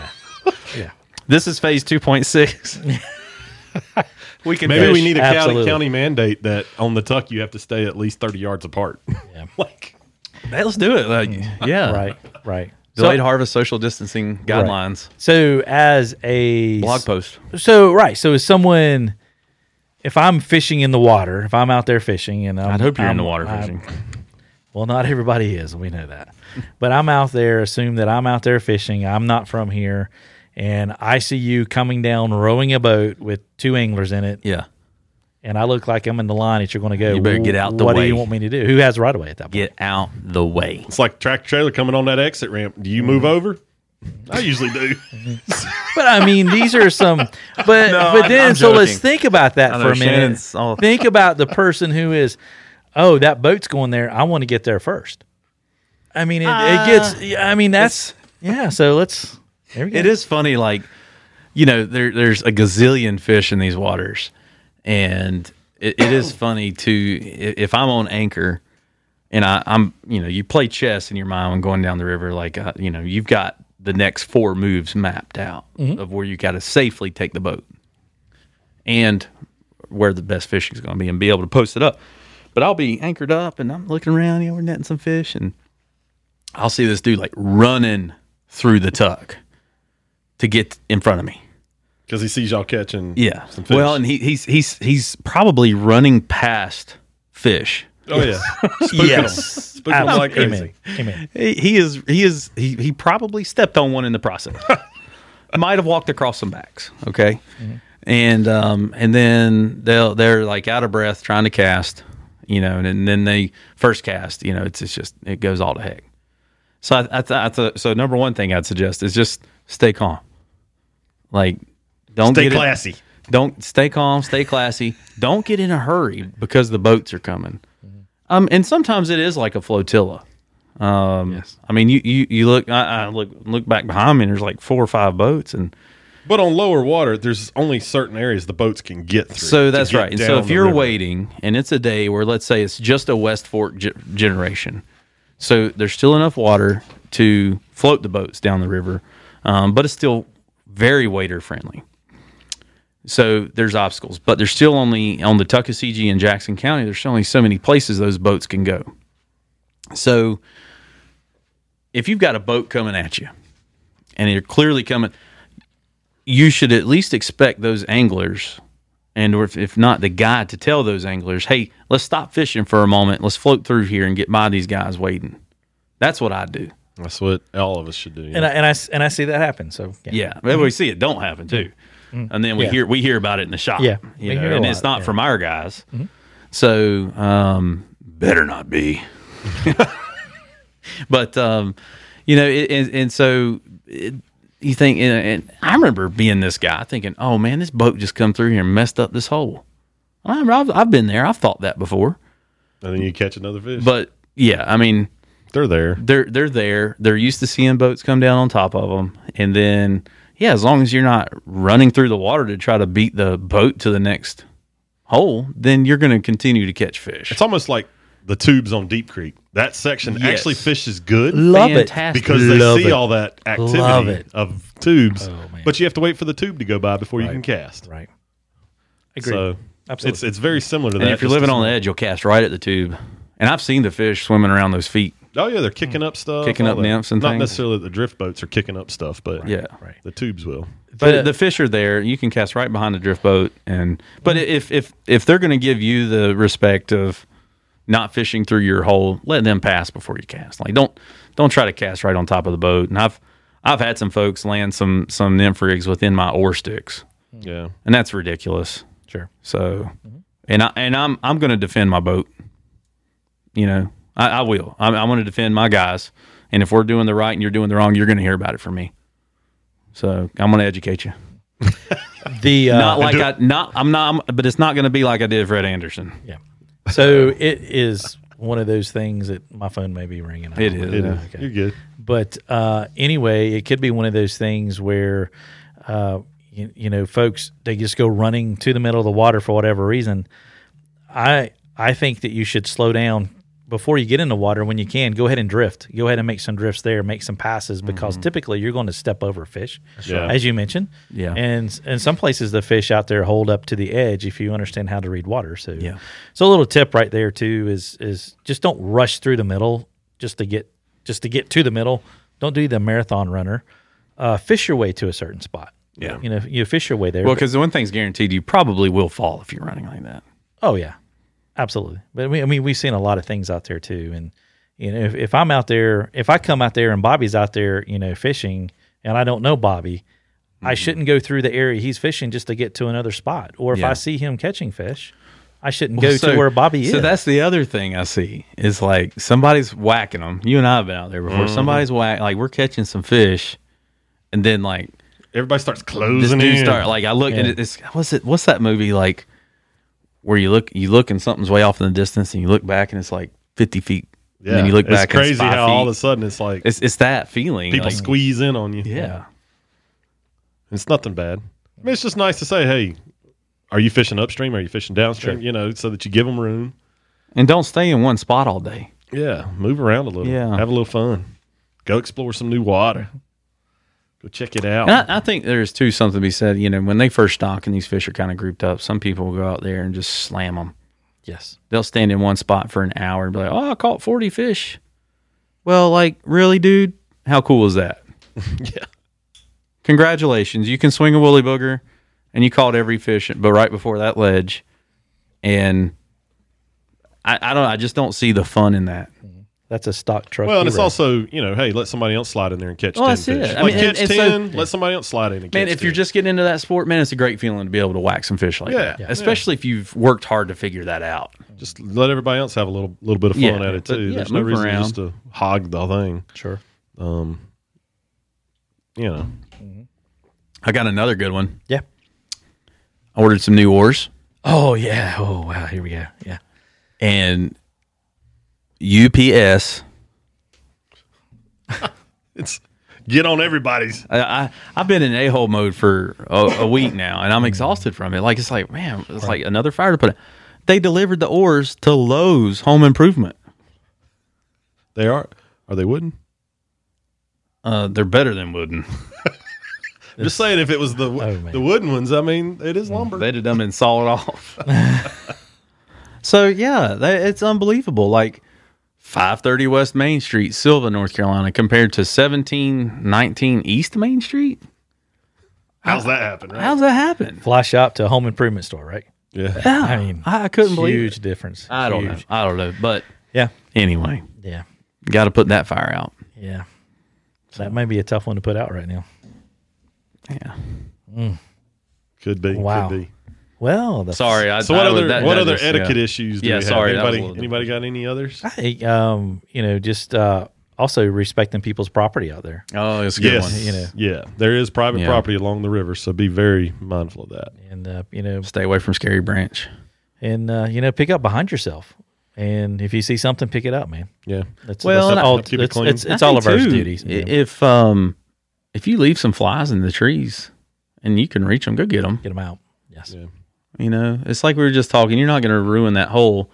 S2: this is phase two point six. we can
S3: Maybe
S2: fish.
S3: we need a county,
S1: Absolutely.
S3: county mandate that on the tuck you have to stay at least thirty yards apart.
S1: Yeah.
S3: like
S2: Hey, let's do it. Like, yeah,
S1: right, right.
S2: Delayed
S1: So,
S2: harvest social distancing guidelines
S1: so as a
S2: blog post.
S1: so right, so as someone, if I'm fishing in the water, if I'm out there fishing, and I'm,
S2: I'd hope you're
S1: I'm-
S2: in the water
S1: I'm-
S2: fishing.
S1: Well, not everybody is. We know that. But I'm out there, assume that I'm out there fishing. I'm not from here. And I see you coming down, rowing a boat with two anglers in it.
S2: yeah,
S1: And I look like I'm in the line that you're going to go.
S2: You better get out the
S1: What do
S2: way.
S1: you want me to do? Who has right away at that point?
S2: get out the way.
S3: it's like tractor trailer coming on that exit ramp. Do you
S2: Mm.
S3: move over?
S4: I usually do.
S1: But I mean, these are some. But but
S2: I-
S1: then,
S2: I'm
S1: so let's
S2: joking.
S1: think about that
S2: I know
S1: for a minute.
S2: Shannon's all-
S1: Think about the person who is, oh, that boat's going there. I want to get there first. I mean, it, it gets. I mean, that's yeah. So let's. There we go.
S2: Uh, It is funny, like you know, there, there's a gazillion fish in these waters, and it, it is funny to i- if I'm on anchor and I, I'm, you know, you play chess in your mind when going down the river, like uh, you know, you've got the next four moves mapped out
S1: Mm-hmm.
S2: of where you got to safely take the boat and where the best fishing is going to be and be able to post it up. But I'll be anchored up and I'm looking around, you know, we're netting some fish and I'll see this dude like running through the tuck to get in front of me.
S3: Because he sees y'all catching.
S2: Yeah.
S3: some fish.
S2: Well, and he, he's he's he's probably running past fish.
S3: oh yeah,
S1: yes.
S3: Spooking 'em like
S1: Amen.
S3: crazy.
S1: Amen.
S2: He, he is he is he, he probably stepped on one in the process. Might have walked across some backs. Okay. And um and then they'll they're like out of breath trying to cast, you know, and, then they first cast, you know, it's it's just it goes all to heck. So I, I, th- I th- so number one thing I'd suggest is just stay calm. Like don't
S4: Stay
S2: get it-
S4: classy.
S2: Don't stay calm, stay classy. Don't get in a hurry because the boats are coming. Um, and sometimes it is like a flotilla. Um, I mean, you you, you look I, I look look back behind me, and there's like four or five boats, and
S3: But on lower water, there's only certain areas the boats can get through.
S2: so
S3: to
S2: that's
S3: get
S2: right. And
S3: down
S2: so if
S3: the
S2: you're
S3: river.
S2: waiting, and it's a day where let's say it's just a West Fork ge- generation, so there's still enough water to float the boats down the river, um, but it's still very wader friendly. So there's obstacles, but there's still only on the Tuckasegee and Jackson County. There's still only so many places those boats can go. So if you've got a boat coming at you, and you're clearly coming, you should at least expect those anglers and or if, if not the guy to tell those anglers hey let's stop fishing for a moment let's float through here and get by these guys waiting that's what i do
S3: That's what all of us should do. yeah.
S1: And I, and I s- and I see that happen. So
S2: yeah Well, we see it don't happen too and then
S1: Mm-hmm.
S2: we
S1: Yeah.
S2: hear we hear about it in the shop
S1: Yeah.
S2: you
S1: We
S2: know,
S1: hear a
S2: and it's
S1: lot,
S2: not
S1: yeah. Mm-hmm.
S2: from our guys so um better not be but um you know it, and, and so it, you think and, and i remember being this guy thinking oh man this boat just come through here and messed up this hole I remember I've, I've been there i've thought that before
S3: and then you catch another fish.
S2: But yeah, I mean,
S3: they're there.
S2: they're they're there. They're used to seeing boats come down on top of them, and then yeah, as long as you're not running through the water to try to beat the boat to the next hole, then you're going to continue to catch fish.
S3: It's almost like the tubes on Deep Creek. That section
S2: Yes.
S3: actually fishes good
S1: Love it.
S2: Fantastic.
S3: because they
S1: Love
S3: see
S1: it.
S3: all that activity
S1: Love it.
S3: of
S2: Oh,
S3: tubes.
S1: man.
S3: but you have to wait for the tube to go by before you can cast.
S1: right. Agreed.
S3: So
S1: Absolutely.
S3: it's it's very similar to that.
S2: and if you're
S3: just
S2: living
S3: as-
S2: on the edge, you'll cast right at the tube. And I've seen the fish swimming around those feet.
S3: oh yeah, they're kicking up stuff,
S2: Hmm. Kicking
S3: all
S2: up
S3: that.
S2: nymphs and
S3: not
S2: things.
S3: necessarily that the drift boats are kicking up stuff, but
S2: Yeah.
S1: right.
S3: the tubes will.
S2: But the, fish are there. You can cast right behind the drift boat, and but if if if they're going to give you the respect of not fishing through your hole, let them pass before you cast. Like don't don't try to cast right on top of the boat. And I've I've had some folks land some some nymph rigs within my oar sticks,
S3: Yeah,
S2: and that's ridiculous.
S1: Sure.
S2: So, and I and I'm I'm going to defend my boat. You know, I, I will. I'm, I'm going to defend my guys. And if we're doing the right and you're doing the wrong, you're going to hear about it from me. So I'm going to educate you
S1: The uh,
S2: not like I not I'm not I'm- but it's not going to be like I did Fred Anderson.
S1: yeah. So it is one of those things that my phone may be ringing. I
S2: It
S1: don't know.
S2: is.
S3: it is.
S1: okay.
S3: You're good.
S1: But uh, anyway, it could be one of those things where, uh, you, you know, folks they just go running to the middle of the water for whatever reason. I I think that you should slow down before you get in the water when you can. Go ahead and drift. Go ahead and make some drifts there, make some passes because typically you're going to step over fish,
S3: right.
S1: as you mentioned.
S2: Yeah.
S1: and in some places the fish out there hold up to the edge if you understand how to read water. So
S2: Yeah.
S1: so a little tip right there too is is just don't rush through the middle just to get just to get to the middle. Don't do the marathon runner. Uh, fish your way to a certain spot.
S2: Yeah.
S1: you know you fish your way there.
S2: Well, because the one thing's guaranteed, you probably will fall if you're running like that.
S1: Oh yeah, absolutely. But we, I mean, we've seen a lot of things out there too. And you know, if, if I'm out there, if I come out there and Bobby's out there, you know, fishing, and I don't know Bobby, I
S2: Mm-hmm.
S1: shouldn't go through the area he's fishing just to get to another spot. Or if
S2: Yeah.
S1: I see him catching fish, I shouldn't
S2: Well,
S1: go to where Bobby
S2: So
S1: is.
S2: that's the other thing I see is like somebody's whacking them. You and I have been out there before. Somebody's whack like we're catching some fish, and then like
S3: Everybody starts
S2: this
S3: closing
S2: dude
S3: in.
S2: start like I look
S1: Yeah.
S2: and it's what's it what's that movie like where you look you look and something's way off in the distance and you look back and it's like fifty feet.
S3: yeah.
S2: And then you look
S3: it's
S2: back. and
S3: crazy
S2: it's five
S3: how all of
S2: feet.
S3: a sudden it's like
S2: it's it's that feeling.
S3: people
S2: like-
S3: squeeze in on you.
S2: Yeah.
S3: It's nothing bad. I mean, it's just nice to say, hey, are you fishing upstream? Are you fishing downstream? You know, so that you give them room.
S2: And don't stay in one spot all day.
S3: Yeah, move around a little.
S2: Yeah.
S3: have a little fun. Go explore some new water. Go check it out.
S2: And I, I think there's too something to be said. You know, when they first stock and these fish are kind of grouped up, some people will go out there and just slam them.
S1: yes.
S2: They'll stand in one spot for an hour and be like, "Oh, I caught 40 fish." Well, like really, dude? How cool is that?
S3: yeah,
S2: Congratulations, you can swing a woolly booger, and you caught every fish, but right before that ledge, and I, I don't. I just don't see the fun in that.
S1: That's a stock truck.
S3: Well, and it's
S1: hero.
S3: also you know, hey, let somebody else slide in there and catch
S2: Well,
S3: ten
S2: that's
S3: fish.
S2: it. Oh, I
S3: Like,
S2: mean, and-
S3: catch
S2: and so-
S3: ten. let somebody else slide in and
S2: Man,
S3: catch
S2: if you're
S3: 10.
S2: just getting into that sport, man, it's a great feeling to be able to whack some fish like
S3: Yeah.
S2: that,
S3: Yeah.
S2: especially if you've worked hard to figure that out.
S3: just let everybody else have a little little bit of fun
S2: Yeah,
S3: at it
S2: but
S3: too.
S2: yeah,
S3: There's no
S2: move
S3: reason
S2: around.
S3: just to hog the thing.
S1: sure.
S3: Um, you know,
S2: I got another good one.
S1: Yeah.
S2: I ordered some new oars,
S1: Oh yeah. Oh wow. Here we go. Yeah.
S2: and UPS.
S3: it's get on everybody's.
S2: I, I I've been in a hole mode for a, a week now, and I'm exhausted from it. Like it's like man, it's like another fire to put. out. They delivered the oars to Lowe's Home Improvement.
S3: They are are they wooden?
S2: Uh, they're better than wooden.
S3: I'm just saying, if it was
S2: Oh,
S3: the
S1: man.
S3: the wooden ones, I mean, it is lumber.
S2: They'd have done been sawed off. so yeah, that, it's unbelievable. Like 530 West Main Street, Silva, North Carolina, compared to 1719 East Main Street.
S3: How's that happen? Right?
S2: How's that happen?
S1: Fly shop to home improvement store, right?
S3: yeah,
S2: Yeah,
S1: I
S2: I
S1: mean,
S2: mean, Oh, I, I couldn't believe. It.
S1: Huge difference.
S2: I don't know.
S1: Huge.
S2: I don't know. But
S1: Yeah.
S2: anyway,
S1: Yeah.
S2: got to put that fire out.
S1: Yeah. That may be a tough one to put out right now.
S2: Yeah.
S3: could be.
S1: Wow.
S3: Could be.
S1: Well, the
S2: Sorry. I,
S3: So what
S2: I-
S3: other
S2: Uh, that-
S3: what
S2: that
S3: other
S2: is- yeah.
S3: etiquette issues? Do
S2: Yeah,
S3: we have?
S2: sorry, that was a
S3: Anybody
S2: little
S3: anybody got any others?
S1: I think, um, you know, just uh, also respecting people's property out there.
S2: Oh, it's a good
S3: Yes.
S2: one.
S1: you know.
S3: Yeah, there is private
S2: Yeah.
S3: property along the river, so be very mindful of that.
S1: And, uh, you know,
S2: Stay away from Scary Branch.
S1: and, uh, you know, pick up behind yourself. And if you see something, pick it up, man.
S3: Yeah,
S1: That's,
S2: Well,
S1: that's
S2: and I-
S1: all,
S3: Keep it
S1: it's,
S3: clean.
S1: it's, it's
S2: I
S1: all
S2: think,
S1: of our
S2: too,
S1: duties.
S2: i-
S1: you know.
S2: If um, if you leave some flies in the trees, and you can reach them, go get them.
S1: Get them out. Yes.
S3: Yeah.
S2: You know, it's like we were just talking. You're not going to ruin that hole.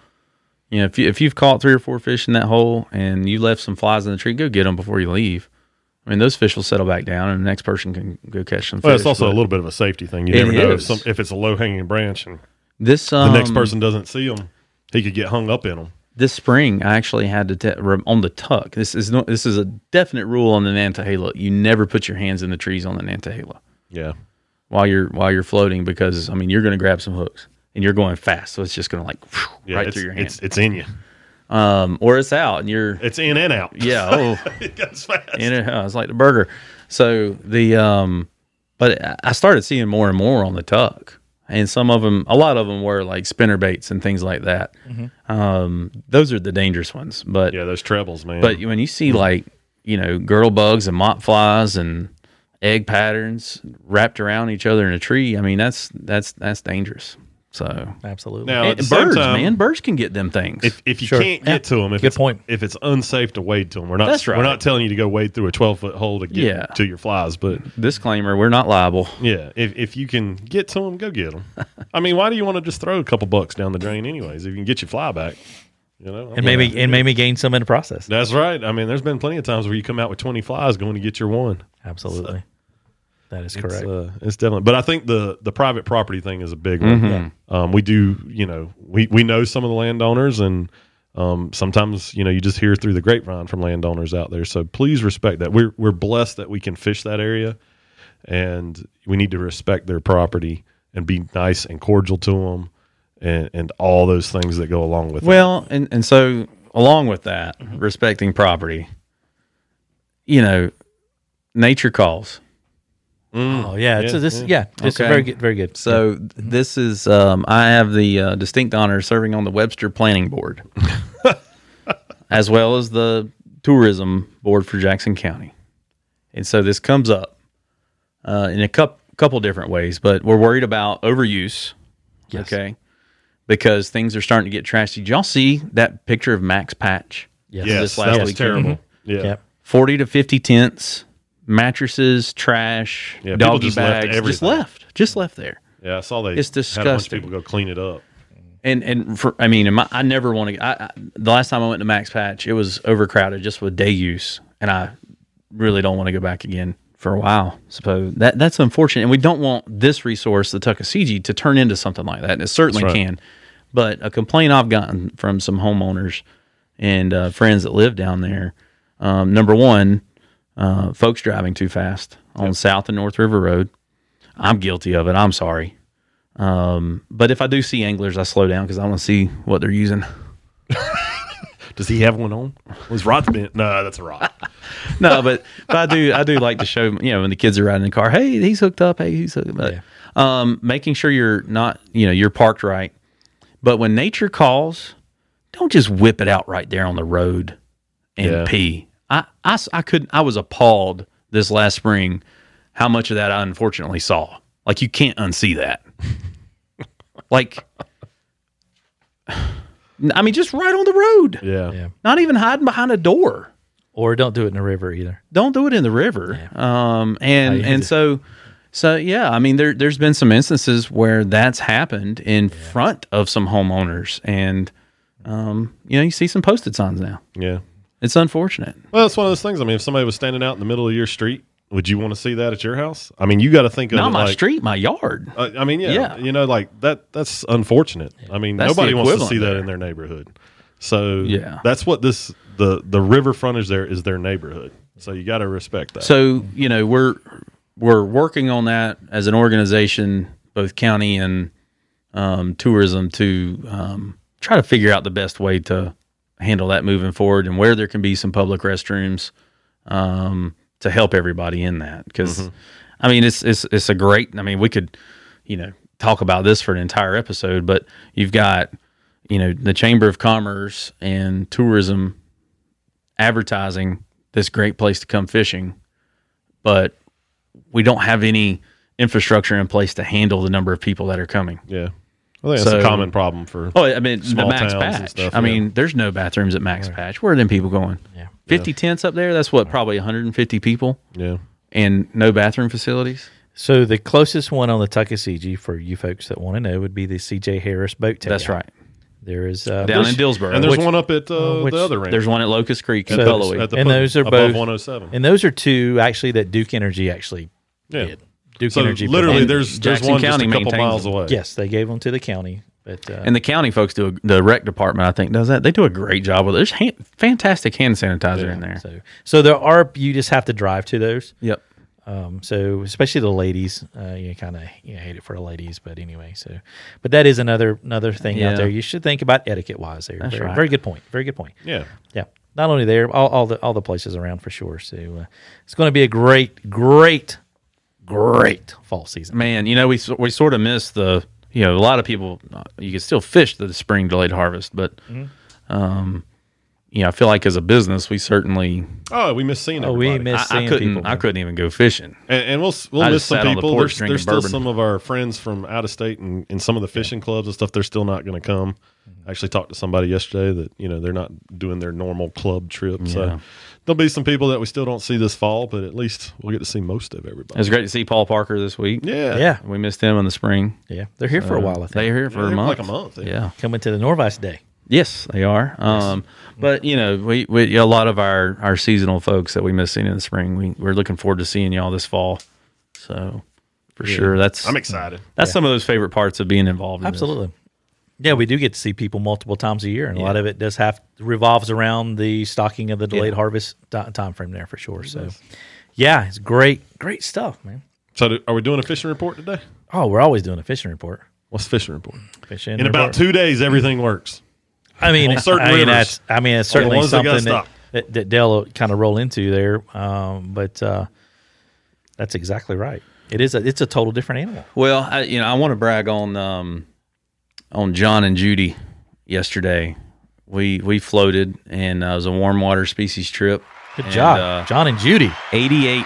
S2: You know, if you if you've caught three or four fish in that hole and you left some flies in the tree, go get them before you leave. I mean, those fish will settle back down, and the next person can go catch some.
S3: Well,
S2: fish,
S3: it's also
S2: but
S3: a little bit of a safety thing. You
S2: It
S3: never know if,
S2: is.
S3: some, if it's a low hanging branch and
S2: this
S3: the
S2: um,
S3: next person doesn't see him, he could get hung up in them.
S2: this spring. I actually had to te- rem- on the tuck. This is no, this is a definite rule on the Nantahala. You never put your hands in the trees on the Nantahala.
S3: Yeah,
S2: while you're while you're floating because I mean you're going to grab some hooks and you're going fast, so it's just going to like whew,
S3: yeah
S2: right
S3: it's,
S2: through your
S3: it's
S2: hand,
S3: it's in you.
S2: um, or it's out and you're
S3: It's in and out.
S2: yeah oh
S3: it goes fast.
S2: and it, oh, it's like the burger. So the um, but I- I started seeing more and more on the tuck, and some of them, a lot of them were like spinner baits and things like that.
S3: Mm-hmm.
S2: Um, those are the dangerous ones, but
S3: yeah, those trebles, man.
S2: but when you see like you know girdle bugs and mop flies and egg patterns wrapped around each other in a tree, I mean that's that's that's dangerous. So
S1: Absolutely.
S3: Now, at
S2: And
S3: the same
S2: birds,
S3: time,
S2: man, birds can get them things.
S3: If, if you
S1: Sure.
S3: can't get to 'em, to them, if
S1: Good
S3: it's,
S1: point.
S3: if it's unsafe to wade to them, we're not
S2: That's right.
S3: we're not telling you to go wade through a twelve foot hole to get
S2: Yeah.
S3: to your flies, but
S2: Disclaimer: We're not liable.
S3: yeah, if, if you can get to them, go get them. I mean, why do you want to just throw a couple bucks down the drain anyways? If you can get your fly back, you know,
S1: and maybe and maybe gain some in the process.
S3: that's right. I mean, there's been plenty of times where you come out with twenty flies going to get your one.
S1: Absolutely. that is
S3: It's,
S1: correct.
S3: uh, it's definitely, but I think the the private property thing is a big one. Um, we do, you know, we we know some of the landowners, and um, sometimes you know you just hear through the grapevine from landowners out there. So please respect that. We're we're blessed that we can fish that area, and we need to respect their property and be nice and cordial to them, and and all those things that go along with it.
S2: Well, and, and so along with that, respecting property, you know, nature calls.
S1: oh yeah, it's
S3: yeah,
S1: a, this yeah, it's a
S2: Okay.
S1: very good, very good.
S2: So this is um, I have the uh, distinct honor of serving on the Webster Planning Board, as well as the Tourism Board for Jackson County, and so this comes up uh, in a couple couple different ways. But we're worried about overuse,
S1: Yes.
S2: okay, because things are starting to get trashy. Did y'all see that picture of Max Patch?
S1: Yes.
S3: yes,
S2: this last
S3: that was
S2: weekend.
S3: terrible. Yeah.
S1: Yep.
S2: 40 to 50 tents, mattresses, trash,
S3: Yeah, people
S2: doggy
S3: just left
S2: bags, just
S3: everything.
S2: left, just left there.
S3: yeah, I saw they.
S2: It's
S3: Had a bunch of
S2: disgusting.
S3: people go clean it up.
S2: And and for I mean, in my, I never want to. I, I, the last time I went to Max Patch, it was overcrowded just with day use, and I really don't want to go back again for a while. So that that's unfortunate, and we don't want this resource, the Tuckasegee, to turn into something like that. And it certainly
S3: That's right.
S2: can. But a complaint I've gotten from some homeowners and uh, friends that live down there. Um, number one, uh, folks driving too fast on South and North River Road. I'm guilty of it. I'm sorry. Um, but if I do see anglers, I slow down because I want to see what they're using.
S3: Does he have one on? Was Rod's bent? No, that's a rod.
S2: no, but, but I do I do like to show you know when the kids are riding in the car. Hey, he's hooked up. Hey, he's hooked up. Um, making sure you're not you know you're parked right. But when nature calls, don't just whip it out right there on the road and
S3: Yeah.
S2: pee. I, I s- I couldn't. I was appalled this last spring how much of that I unfortunately saw. Like you can't unsee that. like. I mean, just right on the road.
S3: Yeah.
S1: Yeah.
S2: Not even hiding behind a door
S1: Or don't do it in a river either.
S2: don't do it in the river. Um, and
S1: hate
S2: and
S1: it.
S2: so so yeah, I mean there there's been some instances where that's happened in front of some homeowners, and um, you know you see some posted signs now.
S3: Yeah.
S2: It's unfortunate.
S3: Well, it's one of those things. I mean, if somebody was standing out in the middle of your street, would you want to see that at your house? I mean, you got to think of
S2: Not
S3: it
S2: my
S3: like,
S2: street, my yard.
S3: Uh, I mean, yeah,
S2: Yeah.
S3: you know, like that. That's unfortunate. I mean,
S2: That's the
S3: nobody wants to
S2: equivalent
S3: see that
S2: there.
S3: in their neighborhood. So
S2: Yeah.
S3: that's what this the the river frontage there is their neighborhood. So you got to respect that.
S2: So you know we're we're working on that as an organization, both county and um, tourism, to um, try to figure out the best way to handle that moving forward and where there can be some public restrooms um, to help everybody in that. Because I mean, it's it's it's a great. I mean, we could you know talk about this for an entire episode, but you've got you know the Chamber of Commerce and tourism advertising this great place to come fishing, but we don't have any infrastructure in place to handle the number of people that are coming.
S3: yeah, I think that's
S2: So-
S3: a common problem for.
S2: Oh, I mean,
S3: Small
S2: the Max
S3: towns and
S2: Patch.
S3: stuff,
S2: I
S3: yeah.
S2: mean, there's no bathrooms at Max Patch. Where are them people going?
S1: Yeah.
S2: 50 tents up there. That's what, probably 150 people
S3: Yeah,
S2: and no bathroom facilities.
S1: So the closest one on the Tuckasegee for you folks that want to know would be the CJ Harris boat takeout.
S2: That's right.
S1: There is uh,
S2: Down in
S1: which-
S2: Dillsboro.
S3: and there's
S2: Which-
S3: one up at uh,
S1: which-
S3: the other range.
S2: there's one at Locust Creek in
S1: So-
S2: Belloway.
S3: at the
S1: and
S3: pub-
S1: those are
S3: above
S1: both-
S3: 107.
S1: And those are two actually that Duke Energy actually
S3: yeah.
S1: did. Duke
S3: So
S1: Energy
S3: literally,
S1: provided.
S3: there's there's
S2: Jackson
S3: one
S2: County
S3: just a couple
S2: maintains
S3: miles
S2: them.
S3: away.
S1: yes, they gave them to the county, but uh,
S2: and the county folks do a, the rec department. I think does that. They do a great job with it. There's hand, fantastic hand sanitizer in there.
S1: so so there are you just have to drive to those.
S2: Yep.
S1: Um, so especially the ladies, uh, you kind of you know, hate it for the ladies, but anyway. So, but that is another another thing
S2: Yeah.
S1: out there. You should think about etiquette wise. There, very,
S2: right.
S1: very good point. Very good point.
S3: Yeah.
S1: Yeah. Not only there, all, all the all the places around for sure. So uh, it's going to be a great, great, great fall season.
S2: Man, you know, we so- we sort of missed the. You know, a
S3: Mm-hmm.
S2: lot of people. You can still fish the spring delayed harvest, but, um, you know, I feel like as a business, we certainly
S3: Oh, we miss seeing.
S1: Oh, we
S3: everybody.
S1: miss
S2: I, I
S1: seeing
S2: couldn't
S1: people.
S2: I couldn't even go fishing.
S3: And, and we'll s- we'll
S2: I
S3: miss
S2: just
S3: some
S2: sat on the
S3: people.
S2: porch
S3: there's
S2: drinking
S3: there's still
S2: bourbon.
S3: some of our friends from out of state and, and some of the fishing clubs and stuff. They're still not going to come.
S2: Mm-hmm.
S3: I actually talked to somebody yesterday that you know they're not doing their normal club trip.
S2: Yeah.
S3: So there'll be some people that we still don't see this fall, but at least we'll get to see most of
S2: It
S3: everybody.
S2: was great to see Paul Parker this week.
S3: yeah,
S1: yeah,
S2: We missed him in the spring.
S1: yeah. They're here for a while. I think
S2: They're here for
S3: Yeah,
S2: a
S3: they're
S2: month.
S3: like a month, yeah.
S2: Yeah.
S1: coming to the Norvice Day.
S2: Yes, they are. Um, but you know, we, we a lot of our our seasonal folks that we miss seeing in the spring. We we're looking forward to seeing y'all this fall. So for sure, that's
S3: I'm excited.
S2: that's some of those favorite parts of being involved. in this.
S1: Absolutely. Yeah, we do get to see people multiple times a year, and a lot of it does have revolves around the stocking of the delayed harvest ti- time frame there for sure. So, yeah, it's great, great stuff, man.
S3: So do- are we doing a fishing report today?
S1: Oh, we're always doing a fishing report.
S3: What's fishing report?
S1: Fishing
S3: In about two days, everything works.
S1: I mean,
S3: on certain
S1: I mean,
S3: rivers.
S1: that's, I mean, it's certainly
S3: ones that gotta
S1: something that,
S3: stop.
S1: that, that Dell will kind of roll into there. Um, but uh, that's exactly right. It is. A, it's a total different animal.
S2: Well, I, you know, I want to brag on um, on John and Judy yesterday. We we floated and uh, it was a warm water species trip.
S1: Good
S2: And,
S1: job,
S2: uh,
S1: John and Judy.
S2: 88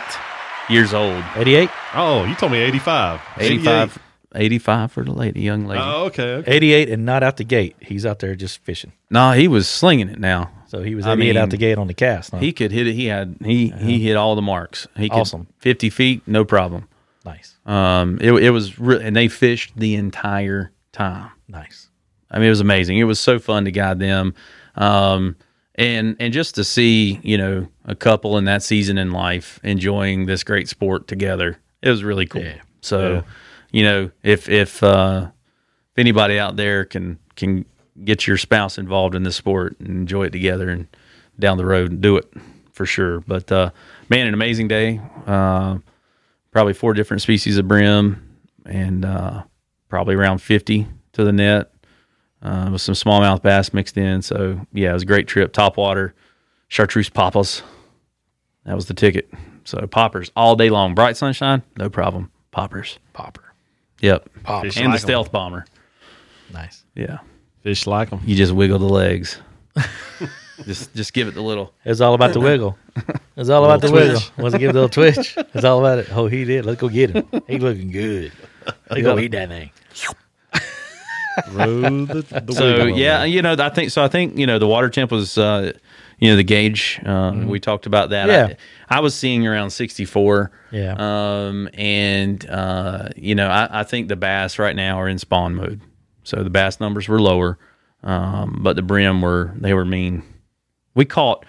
S2: years old.
S1: Eighty-eight.
S3: Oh, you told me 85.
S2: 85, 85 for the lady, young lady.
S3: Oh, okay. okay.
S1: 88 and not out the gate. He's out there just fishing.
S2: No, he was slinging it now.
S1: So he was
S2: I
S1: 88 out
S2: mean,
S1: the gate on the cast. huh?
S2: He could hit it. He had he he hit all the marks. He could,
S1: Awesome.
S2: 50 feet, no problem.
S1: nice,
S2: Um, it it was re- and they fished the entire time.
S1: nice.
S2: I mean, it was amazing. It was so fun to guide them, um, and and just to see you know a couple in that season in life enjoying this great sport together. It was really cool. So,
S3: Yeah.
S2: you know, if if uh, if anybody out there can can get your spouse involved in this sport and enjoy it together and down the road do it for sure. But uh, man, an amazing day. Uh, probably four different species of brim and uh, probably around 50 to the net uh, with some smallmouth bass mixed in. So, yeah, it was a great trip. Top water, chartreuse poppers. That was the ticket. So, poppers all day long. Bright sunshine, no problem. Poppers.
S1: Popper.
S2: Yep.
S1: Popper.
S2: and the stealth bomber.
S1: Nice.
S2: Yeah.
S3: Fish like them.
S2: You just wiggle the legs. just just give it the little.
S1: It's all about the wiggle. It's all about the wiggle. Once to give it a little twitch, it's all about it. Oh, he did. Let's go get him. He looking good. Let's go eat that thing.
S3: Row the, the
S2: so
S3: wiggle.
S2: yeah, you know, I think so. I think you know the water temp was, uh, you know, the gauge. Uh,
S3: Mm-hmm.
S2: We talked about that.
S1: Yeah.
S2: I, I was seeing around sixty four.
S1: Yeah.
S2: Um, and uh, you know, I, I think the bass right now are in spawn mode, so the bass numbers were lower, um, but the brim were they were mean. We caught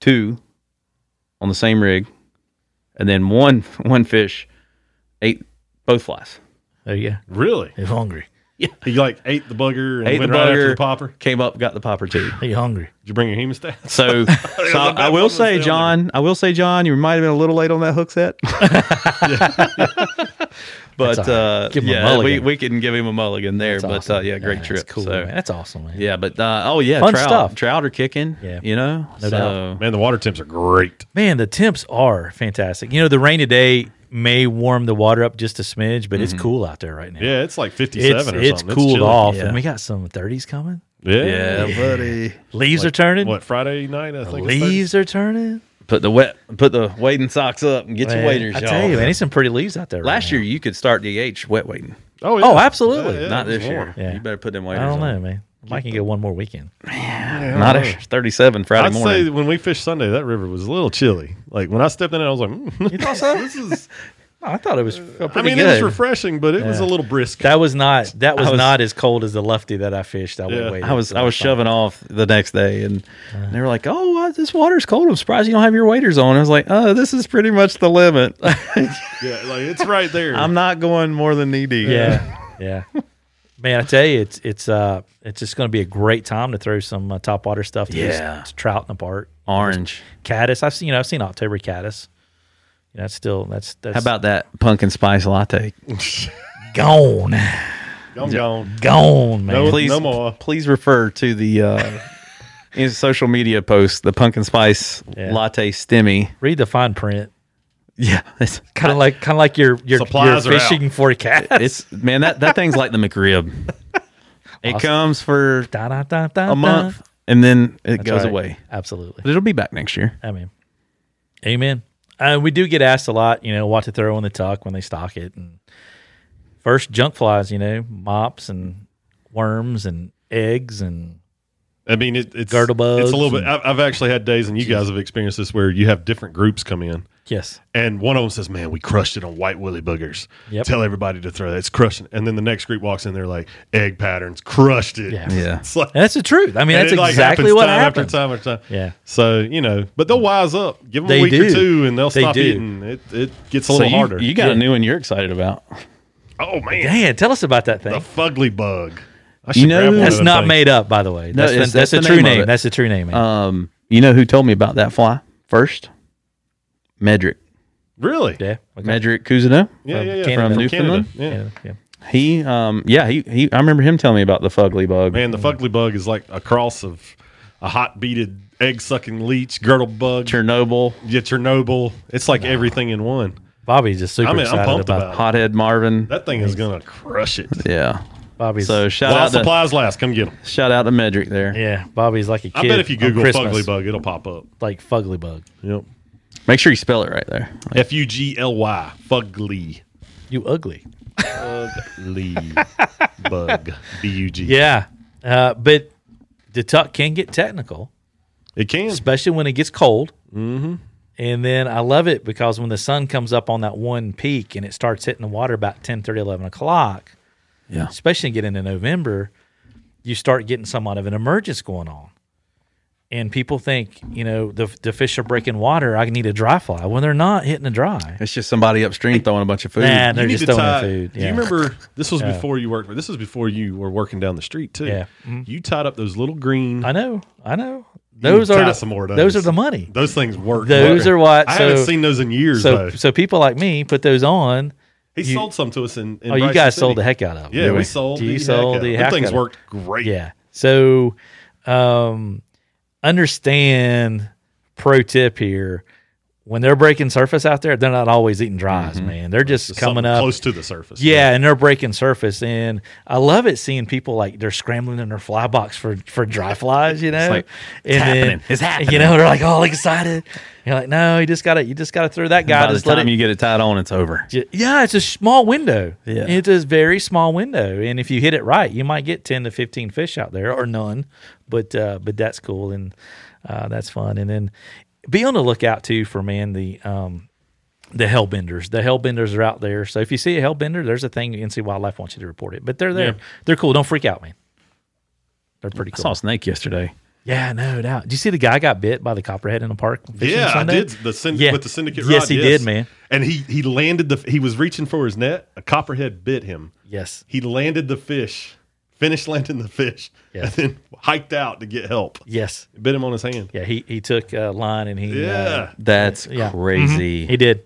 S2: two on the same rig, and then one one fish ate both flies.
S1: There you go.
S3: Really?
S1: He's hungry.
S3: He like ate the bugger and
S2: Ate
S3: went
S2: the
S3: right after
S2: bugger,
S3: the popper. Did
S2: came up, got the popper too.
S1: He hungry.
S3: you bring your hemostats?
S2: So, so
S3: a bad
S2: I will
S3: woman's
S2: say,
S3: failure.
S2: John, I will say, John, you might have been a little late on that hook set. but
S1: That's all right.
S2: uh,
S1: Give him a
S2: yeah, we,
S1: mulligan.
S2: we can give him a mulligan there.
S1: That's
S2: but
S1: awesome.
S2: uh, yeah, great
S1: that's
S2: trip.
S1: Cool.
S2: so,
S1: man. That's awesome, man.
S2: yeah, but uh, oh yeah,
S1: Fun
S2: trout,
S1: stuff.
S2: trout are kicking.
S1: Yeah.
S2: you know,
S1: No
S2: so
S1: doubt.
S3: Man, the water temps are great.
S1: Man, the temps are fantastic. You know, the rain today may warm the water up just a smidge, but
S2: Mm-hmm.
S1: it's cool out there right now.
S3: Yeah, it's like 57
S1: It's,
S3: or
S1: it's
S3: something.
S1: cooled
S3: chilly.
S1: off,
S2: Yeah.
S1: and we got some 30s coming.
S3: Yeah.
S2: yeah, buddy.
S1: Leaves are turning.
S3: What, Friday night, I think? it's
S1: leaves are turning.
S2: Put the wet, put the wading socks up and get your
S1: Man,
S2: waders.
S1: I
S2: y'all.
S1: tell you, man, there's some pretty leaves out there. right
S2: last
S1: now.
S2: year you could start DH wet wading.
S3: Thursday. Oh, yeah.
S1: Oh, absolutely.
S3: Yeah, yeah,
S2: Not
S3: it was
S2: this year.
S3: warm.
S1: Yeah.
S2: You better put them waders.
S1: I don't
S2: on.
S1: know, man. Might can get one more weekend.
S2: Not a thirty-seven Friday
S3: I'd
S2: morning.
S3: say when we fished Sunday, that river was a little chilly. Like when I stepped in it, I was like, mm.
S1: You thought so? this is. I thought it was pretty
S3: I mean,
S1: good.
S3: it was refreshing, but it was a little brisk.
S1: that was not. That was,
S2: was-
S1: not as cold as the lefty that I fished. I
S3: Yeah.
S1: yeah, waited.
S2: I was
S1: till
S2: I was
S1: saw
S2: shoving off the next day, and they were like, "Oh, uh, this water's cold. I'm surprised you don't have your waders on." I was like, "Oh, this is pretty much the limit.
S3: yeah, like it's right there.
S2: I'm not going more than knee deep."
S1: it. Yeah, yeah. Man, I tell you, it's it's uh it's just going to be a great time to throw some uh, topwater stuff. To these
S2: Yeah.
S1: trout in the park,
S2: orange.
S1: caddis. I've seen you know I've seen October caddis. You know, that's still that's that's
S2: How about that pumpkin spice latte?
S1: gone,
S3: I'm gone.
S1: gone, man.
S3: No,
S2: Please,
S3: no more.
S2: please refer to the uh, in social media post the pumpkin spice
S1: Yeah.
S2: latte stemmy.
S1: Read the fine print.
S2: Yeah, it's,
S1: Kind of like kind of like your your, your
S3: Supplies are out.
S1: fishing forecast.
S2: it's man that that thing's like the McRib. It comes for
S1: Da, da, da, da,
S2: a month and then it
S1: That's
S2: goes
S1: right.
S2: away.
S1: Absolutely.
S2: But it'll be back next year.
S1: I mean, amen. Uh, we do get asked a lot, you know, what to throw in the tuck when they stock it. And first, junk flies, you know, mops and worms and eggs and
S3: I mean, it, it's
S1: Girdle bugs
S3: It's a little bit.
S1: and-
S3: I've, I've actually had days, and you guys have experienced this, where you have different groups come in,
S1: yes,
S3: and one of them says, "Man, we crushed it on white woolly boogers."
S1: Yep.
S3: Tell everybody to throw that. It's crushing. And then the next group walks in, they're like, "Egg patterns, crushed it."
S1: Yeah.
S2: Yeah.
S3: It's like,
S1: and that's the truth. I mean,
S3: and
S1: that's
S3: it, like,
S1: exactly
S3: happens
S1: what
S3: time
S1: happened.
S3: after time after time.
S1: Yeah.
S3: So you know, but they'll wise up. Give them
S1: They
S3: a week
S1: do.
S3: or two, and they'll
S1: They
S3: stop
S1: do.
S3: eating. It it gets a little
S2: you,
S3: harder.
S2: you got
S1: Yeah.
S2: a new one you're excited about.
S3: oh man,
S1: Dan, tell us about that
S3: the
S1: thing.
S3: fugly bug. I
S2: You
S3: should
S2: know-
S3: grab one of
S1: That's
S3: them
S1: not
S3: things.
S1: made up, by the way. That's,
S2: it's-
S1: the, that's,
S2: that's
S1: a
S2: the
S1: true
S2: name of
S1: name.
S2: it.
S1: That's a true name. man.
S2: Um, you know who told me about that fly first? Medrick.
S3: Really?
S1: yeah. Okay.
S2: Medrick Cousineau.
S3: Yeah, yeah, yeah.
S1: Canada. From
S2: Newfoundland?
S3: Canada. Yeah.
S1: yeah. yeah.
S2: He, um, yeah, he, he, I remember him telling me about the fugly bug.
S3: Man, the
S1: Mm.
S3: fugly bug is like a cross of a hot beaded egg sucking leech, girdle bug,
S2: Chernobyl,
S3: yeah, Chernobyl. It's like everything in one.
S1: Bobby's just super
S3: I mean, I'm
S1: excited
S3: pumped
S1: about,
S3: about
S2: hothead Marvin.
S3: That thing is gonna crush it.
S2: yeah.
S1: Bobby's.
S2: So shout
S3: While
S2: out to
S3: supplies last, come get them.
S2: shout out to Medrick there.
S1: yeah, Bobby's like a kid.
S3: I bet if you
S1: on
S3: Google
S1: Christmas,
S3: fugly bug, it'll pop up.
S1: like fugly bug,
S3: Yep.
S2: Make sure you spell it right there.
S3: F U G L Y, fugly,
S1: you ugly.
S3: fugly bug, B U G.
S1: Yeah, uh, but the tuck can get technical,
S3: it can.
S1: especially when it gets cold. Mm-hmm. And then I love it because when the sun comes up on that one peak and it starts hitting the water about 10, 30, 11 o'clock,
S2: Yeah.
S1: especially getting into November, you start getting somewhat of an emergence going on. And people think, you know, the, the fish are breaking water. I need a dry fly. When they're not hitting a dry.
S2: It's just somebody upstream throwing a bunch of food.
S1: Nah,
S3: You
S1: they're
S3: need
S1: just
S3: to
S1: throwing their
S3: tie-
S1: food.
S3: Do you
S1: Yeah.
S3: remember this was
S1: Yeah.
S3: before you worked? This was before you were working down the street too.
S1: Yeah. Mm-hmm.
S3: You tied up those little green.
S1: I know, I know. Those
S3: need to
S1: are
S3: tie
S1: the,
S3: some more of
S1: those
S3: those.
S1: are the money.
S3: Those things work.
S1: Those are what-
S3: I
S1: so-
S3: haven't seen those in years.
S1: So
S3: though.
S1: so people like me put those on.
S3: He
S1: you-
S3: sold some to us in. in
S1: Oh, you
S3: Bryson
S1: guys
S3: City.
S1: sold the heck out of them.
S3: Yeah,
S2: Did
S3: we
S2: we?
S3: sold.
S1: You
S3: the
S1: sold
S3: heck
S1: the
S3: out.
S1: heck
S3: Them things
S1: out of it.
S3: worked great.
S1: Yeah. So um understand pro tip here. When they're breaking surface out there, they're not always eating dries, man. They're just
S3: Mm-hmm. Something
S1: coming up.
S3: close to the surface.
S1: Yeah, and they're breaking surface. And I love it seeing people like they're scrambling in their fly box for for dry flies, you know.
S2: like,
S1: and
S2: happening. It's
S1: You know, they're like all excited. You're like, no, you just gotta you just gotta throw that guy.
S2: By the
S1: Just let
S2: time
S1: it
S2: you get it tied on, it's over.
S1: Ju- Yeah, it's a small window.
S2: Yeah.
S1: It's a very small window. And if you hit it right, you might get 10 to 15 fish out there or none. But uh, but that's cool and uh, that's fun. And then be on the lookout too for man the um, the hellbenders. The hellbenders are out there. So if you see a hellbender, there's a thing NC Wildlife wants you to report it. But they're there.
S3: Yeah.
S1: They're cool. Don't freak out, man. They're pretty
S2: I saw
S1: cool.
S2: a snake yesterday.
S1: Yeah, no doubt. Did you see the guy got bit by the copperhead in the park? fishing
S3: Yeah, I
S1: Sunday?
S3: did the syndicate
S1: Yeah.
S3: with the syndicate.
S1: Yes,
S3: rod,
S1: he did, man.
S3: And he he landed the. He was reaching for his net. A copperhead bit him.
S1: Yes.
S3: He landed the fish. Finished landing the fish,
S1: Yes.
S3: and then hiked out to get help.
S1: Yes.
S3: It bit him on his hand.
S1: Yeah, he, he took a line and he uh,
S3: Yeah.
S2: That's
S1: Yeah.
S2: crazy.
S1: he did.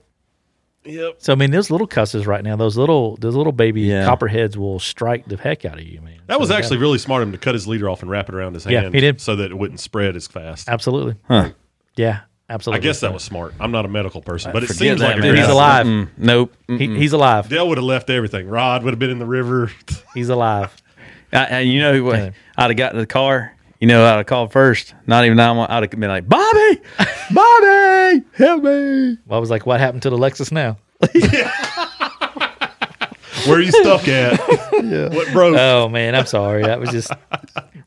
S3: Yep.
S1: So I mean, those little cusses right now, those little those little baby
S2: Yeah.
S1: copperheads will strike the heck out of you, man.
S3: That was
S1: So, yeah.
S3: actually really smart of him to cut his leader off and wrap it around his
S1: Yeah,
S3: hand.
S1: he did.
S3: So that it wouldn't spread as fast.
S1: absolutely,
S2: Huh.
S1: yeah,
S3: I
S1: absolutely.
S3: guess that was smart. I'm not a medical person, but it
S2: Forget
S3: seems like
S2: that,
S3: a
S1: dude.
S2: man.
S1: He's
S3: good
S1: alive.
S2: Mm, nope.
S1: He, he's alive.
S3: Dale would have left everything. Rod would have been in the river.
S1: He's alive.
S2: I, and you know what? I'd have got to the car. You know, I'd have called first. Not even nine one. I'd have been like, Bobby, Bobby, help me.
S1: Well, I was like, what happened to the Lexus now?
S3: Where are you stuck at? What broke?
S1: Oh man, I'm sorry. That was just.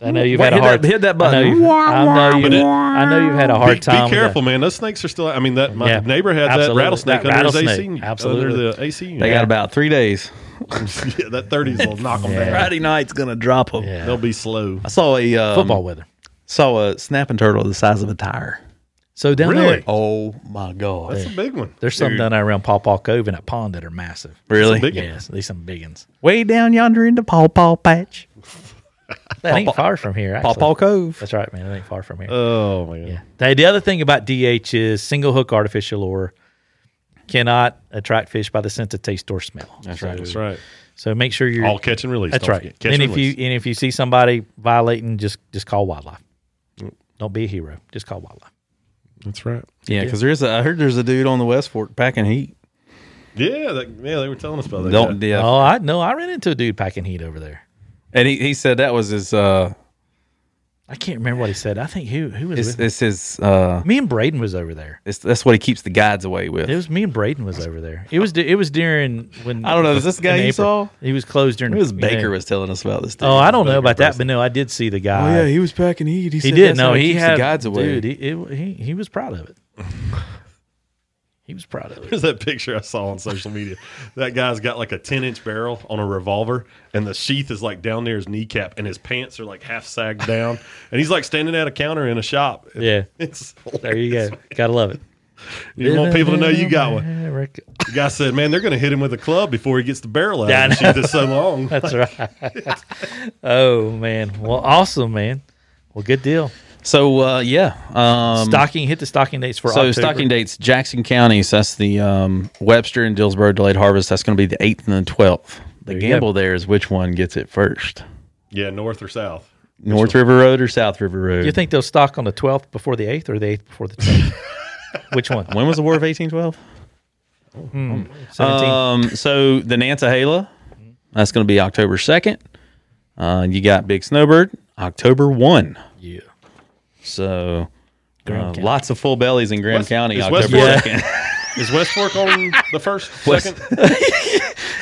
S1: I know you've
S2: Wait,
S1: had a
S2: hit
S1: hard.
S2: that- hit that
S1: I
S2: button.
S1: know you've, I know
S2: But
S1: you've,
S3: it-
S1: I know you've had a hard
S3: be,
S1: time. with
S3: be careful, man. Those snakes are still. I mean, that my
S1: Yeah,
S3: neighbor had that
S1: absolutely.
S3: rattlesnake
S1: That
S3: under his
S1: rattlesnake,
S3: AC.
S1: absolutely.
S3: Under the AC unit.
S2: They got about three days.
S3: yeah, that 30s will knock them down.
S2: Friday night's gonna drop them.
S1: that. Yeah.
S3: They'll be slow.
S2: I saw a um,
S1: Football weather.
S2: Saw a snapping turtle the size of a tire.
S1: So down there,
S3: Really?
S2: Oh my god!
S3: That's a big one.
S1: there's some down there around Pawpaw Cove in that pond that are massive.
S2: really?
S3: big one.
S1: Yes, these some big ones.
S2: Way down yonder in the paw paw patch,
S1: That ain't far from here.
S2: paw
S1: Actually.
S2: paw cove.
S1: That's right, man. It ain't far from here.
S3: Oh man.
S1: Yeah. The, the other thing about DH is single hook artificial lure cannot attract fish by the sense of taste or smell. That's so,
S3: That's right.
S1: So make sure you're.
S3: All catch and release.
S1: that's
S3: Don't
S1: right.
S3: forget. Catch
S1: And
S3: and,
S1: if you
S3: release.
S1: and if you see somebody violating, just just call wildlife.
S3: Mm.
S1: Don't be a hero. Just call wildlife.
S3: That's right.
S2: Yeah, because there's a. I heard there's a dude on the West Fork packing heat.
S3: Yeah. That, yeah. They were telling us about that.
S2: Don't yeah.
S1: Oh, I no, I ran into a dude packing heat over there.
S2: And he, he said that was his uh
S1: I can't remember what he said. I think who who was
S2: It's,
S1: with me?
S2: it's his. Uh,
S1: me and Braden was over there.
S2: it's, that's what he keeps the guides away with.
S1: It was me and Braden was over there. It was it was during when
S2: I don't know, is this the guy
S1: in
S2: you
S1: April.
S2: saw?
S1: He was closed during.
S2: It was
S1: you know.
S2: Baker was telling us about this. Dude.
S1: Oh, I don't know
S2: Baker
S1: about that,
S2: person.
S1: but no, I did see
S3: Oh,
S1: the guy.
S2: Oh, he was packing heat.
S1: he did. No, he
S2: keeps
S1: had
S2: the guides away.
S1: Dude, he, it, he he was proud of it. he was proud of it.
S3: There's that picture I saw on social media. That guy's got like a 10 inch barrel on a revolver, and the sheath is like down near his kneecap, and his pants are like half sagged down, and he's like standing at a counter in a shop.
S1: Yeah,
S3: It's
S1: there you go. Gotta love it.
S3: You want people to know you got one.
S1: America.
S3: The guy said, "Man, they're going to hit him with a club before he gets the barrel out.
S1: Yeah, I
S3: Yeah, the sheath is so long."
S1: That's right. oh man. Well, awesome, man. Well, good deal.
S2: So uh, yeah, um,
S1: Stocking hit the stocking dates for
S2: so
S1: October.
S2: stocking dates Jackson County. So that's the um, Webster and Dillsboro delayed harvest. That's going to be the eighth and the twelfth. The
S1: There you go.
S2: gamble there is which one gets it first:
S3: Yeah, north or south.
S2: North River Road or South River Road.
S1: Do you think they'll stock on the twelfth before the eighth, or the eighth before the twelfth? Which one?
S2: when was the War of eighteen twelve?
S1: Seventeen.
S2: Um, so the Nantahala, that's going to be October second. Uh, you got Big Snowbird, October one.
S1: yeah.
S2: So uh,
S1: County.
S2: lots of full bellies in Graham
S3: West-
S2: County.
S3: is
S2: October
S3: Westport-
S2: second.
S3: Is West Fork on the first, second?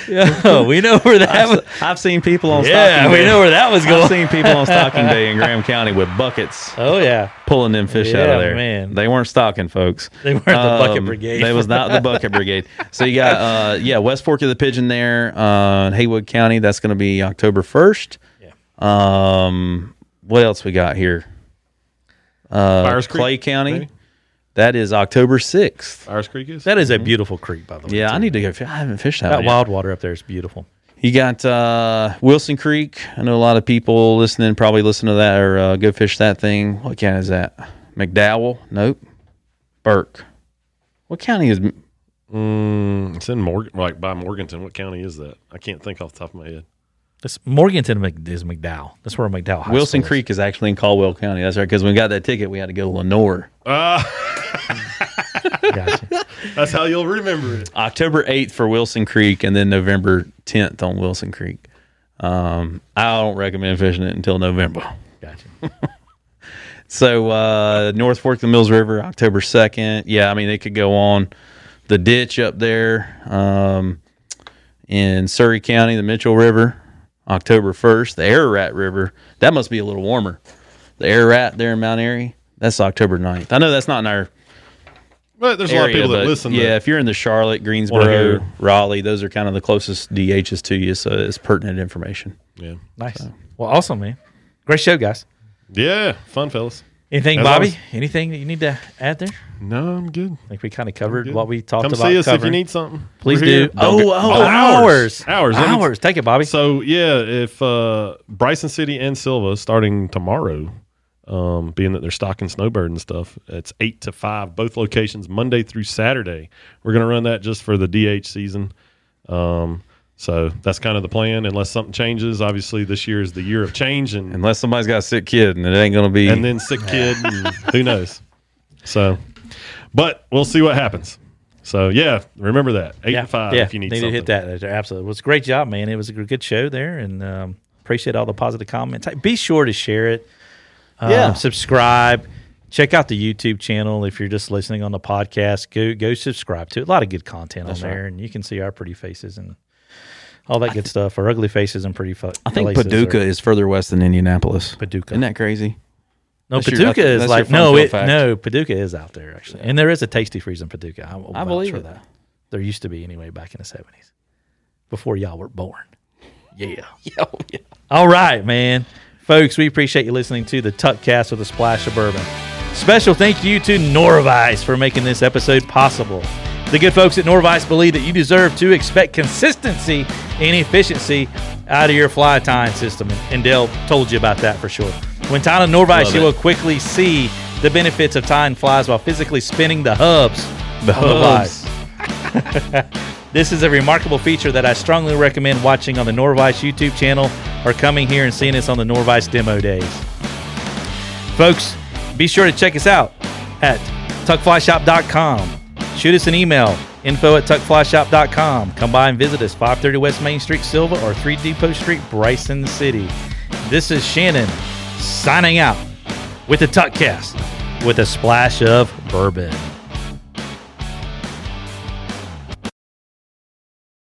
S1: Oh, we know where that was.
S2: I've, I've seen people on
S1: Yeah,
S2: stocking
S1: we
S2: day.
S1: know where that was
S2: I've
S1: going.
S2: seen people on stocking day in Graham County with buckets
S1: Oh yeah.
S2: pulling them fish out
S1: Yeah,
S2: of there.
S1: man.
S2: They weren't stocking, folks. Um,
S1: They weren't the bucket brigade.
S2: They was not the bucket brigade. So you got uh, yeah, West Fork of the Pigeon there, uh, in Haywood County. That's going to be October first.
S1: Yeah.
S2: Um, what else we got here? Uh,
S3: Fires Creek,
S2: Clay County.
S3: maybe?
S2: That is October sixth.
S3: Irish Creek is.
S1: That is a beautiful creek, by the way.
S2: Yeah, I need to go. fi- I haven't fished that,
S1: That
S2: one yet.
S1: wild water up there is beautiful.
S2: You got uh, Wilson Creek. I know a lot of people listening probably listen to that or uh, go fish that thing. What county is that? McDowell? Nope. Burke. What county is?
S3: Mm, it's in Morgan, like by Morganton. What county is that? I can't think off the top of my head.
S1: That's Morganton Mc- is McDowell. That's where McDowell. High
S2: Wilson
S1: School is.
S2: Creek is actually in Caldwell County. That's right. Because when we got that ticket, we had to go Lenore.
S1: Gotcha.
S3: Ah, That's how you'll remember it.
S2: October 8th for Wilson Creek and then November 10th on Wilson Creek. Um, I don't recommend fishing it until November.
S1: Gotcha.
S2: So uh, North Fork of the Mills River, October second. Yeah, I mean they could go on the ditch up there um, in Surrey County, the Mitchell River, October first. The Ararat River, that must be a little warmer. The Ararat there in Mount Airy, that's October 9th. I know that's not in our
S3: But there's a lot of
S2: area,
S3: people that
S2: but
S3: listen.
S2: yeah,
S3: Yeah,
S2: if you're in the Charlotte,
S3: Wanna hear-
S2: Greensboro, Raleigh, those are kind of the closest DHs to you, so it's pertinent information.
S3: yeah,
S1: Nice. Well, awesome, man. Great show, guys.
S3: yeah. Fun fellas.
S1: Anything,
S3: As
S1: Bobby?
S3: always-
S1: Anything that you need to add there? I
S3: No, I'm good.
S1: think we kind of covered
S3: Good.
S1: what we talked
S3: Come
S1: about.
S3: see us if you
S1: covering.
S3: need something.
S1: Please
S3: We're here.
S1: do. Oh,
S3: Don't
S1: oh,
S3: go-
S1: hours.
S3: Hours. Let me-
S1: Hours. Take it, Bobby.
S3: So yeah, if uh, Bryson City and Silva starting tomorrow, um, being that they're stocking snowbird and stuff, it's eight to five, both locations Monday through Saturday. We're gonna run that just for the DH season. Um, so that's kind of the plan, unless something changes. Obviously, this year is the year of change, and
S2: Unless somebody's got a sick kid and it ain't going to be.
S3: and then sick kid, and who knows? So, but we'll see what happens. So yeah, remember that eight to five if you need,
S1: need to
S3: something.
S1: hit that. there. Absolutely. It was a great job, man. It was a g- good show there, and um, appreciate all the positive comments. Hey, Be sure to share it. Um,
S2: Yeah.
S1: Subscribe. Check out the YouTube channel if you're just listening on the podcast. Go go subscribe to it. A lot of good content on there, and you can see our pretty faces and all that good stuff. Our ugly faces and pretty. Fu-
S2: I think Paducah is further west than Indianapolis.
S1: Paducah.
S2: Isn't that crazy?
S1: No,
S2: That's your-
S1: Paducah
S2: that's-
S1: is
S2: that's
S1: like
S2: your fun
S1: no,
S2: field
S1: it,
S2: fact.
S1: no. Paducah is out there actually, and there is a tasty freeze in Paducah. I, will
S2: I
S1: vouch
S2: believe
S1: for
S2: it.
S1: that. There used to be anyway back in the seventies, before y'all were born. Yeah.
S2: yeah.
S1: All right, man, folks. We appreciate you listening to the Tuckcast with a splash of bourbon. Special thank you to Norvice for making this episode possible. The good folks at Norvice believe that you deserve to expect consistency and efficiency out of your fly tying system, and- and Dale told you about that for sure. When tying a Norvice,
S2: Love
S1: you
S2: it.
S1: will quickly see the benefits of tying flies while physically spinning the hubs. The
S2: hubs.
S1: This is a remarkable feature that I strongly recommend watching on the Norvice YouTube channel or coming here and seeing us on the Norvice demo days. Folks, be sure to check us out at tuckflyshop.com. Shoot us an email, info at tuckflyshop.com. Come by and visit us, 530 West Main Street, Silva, or 3 Depot Street, Bryson City. This is Shannon signing out. with the Tuckcast with a splash of bourbon.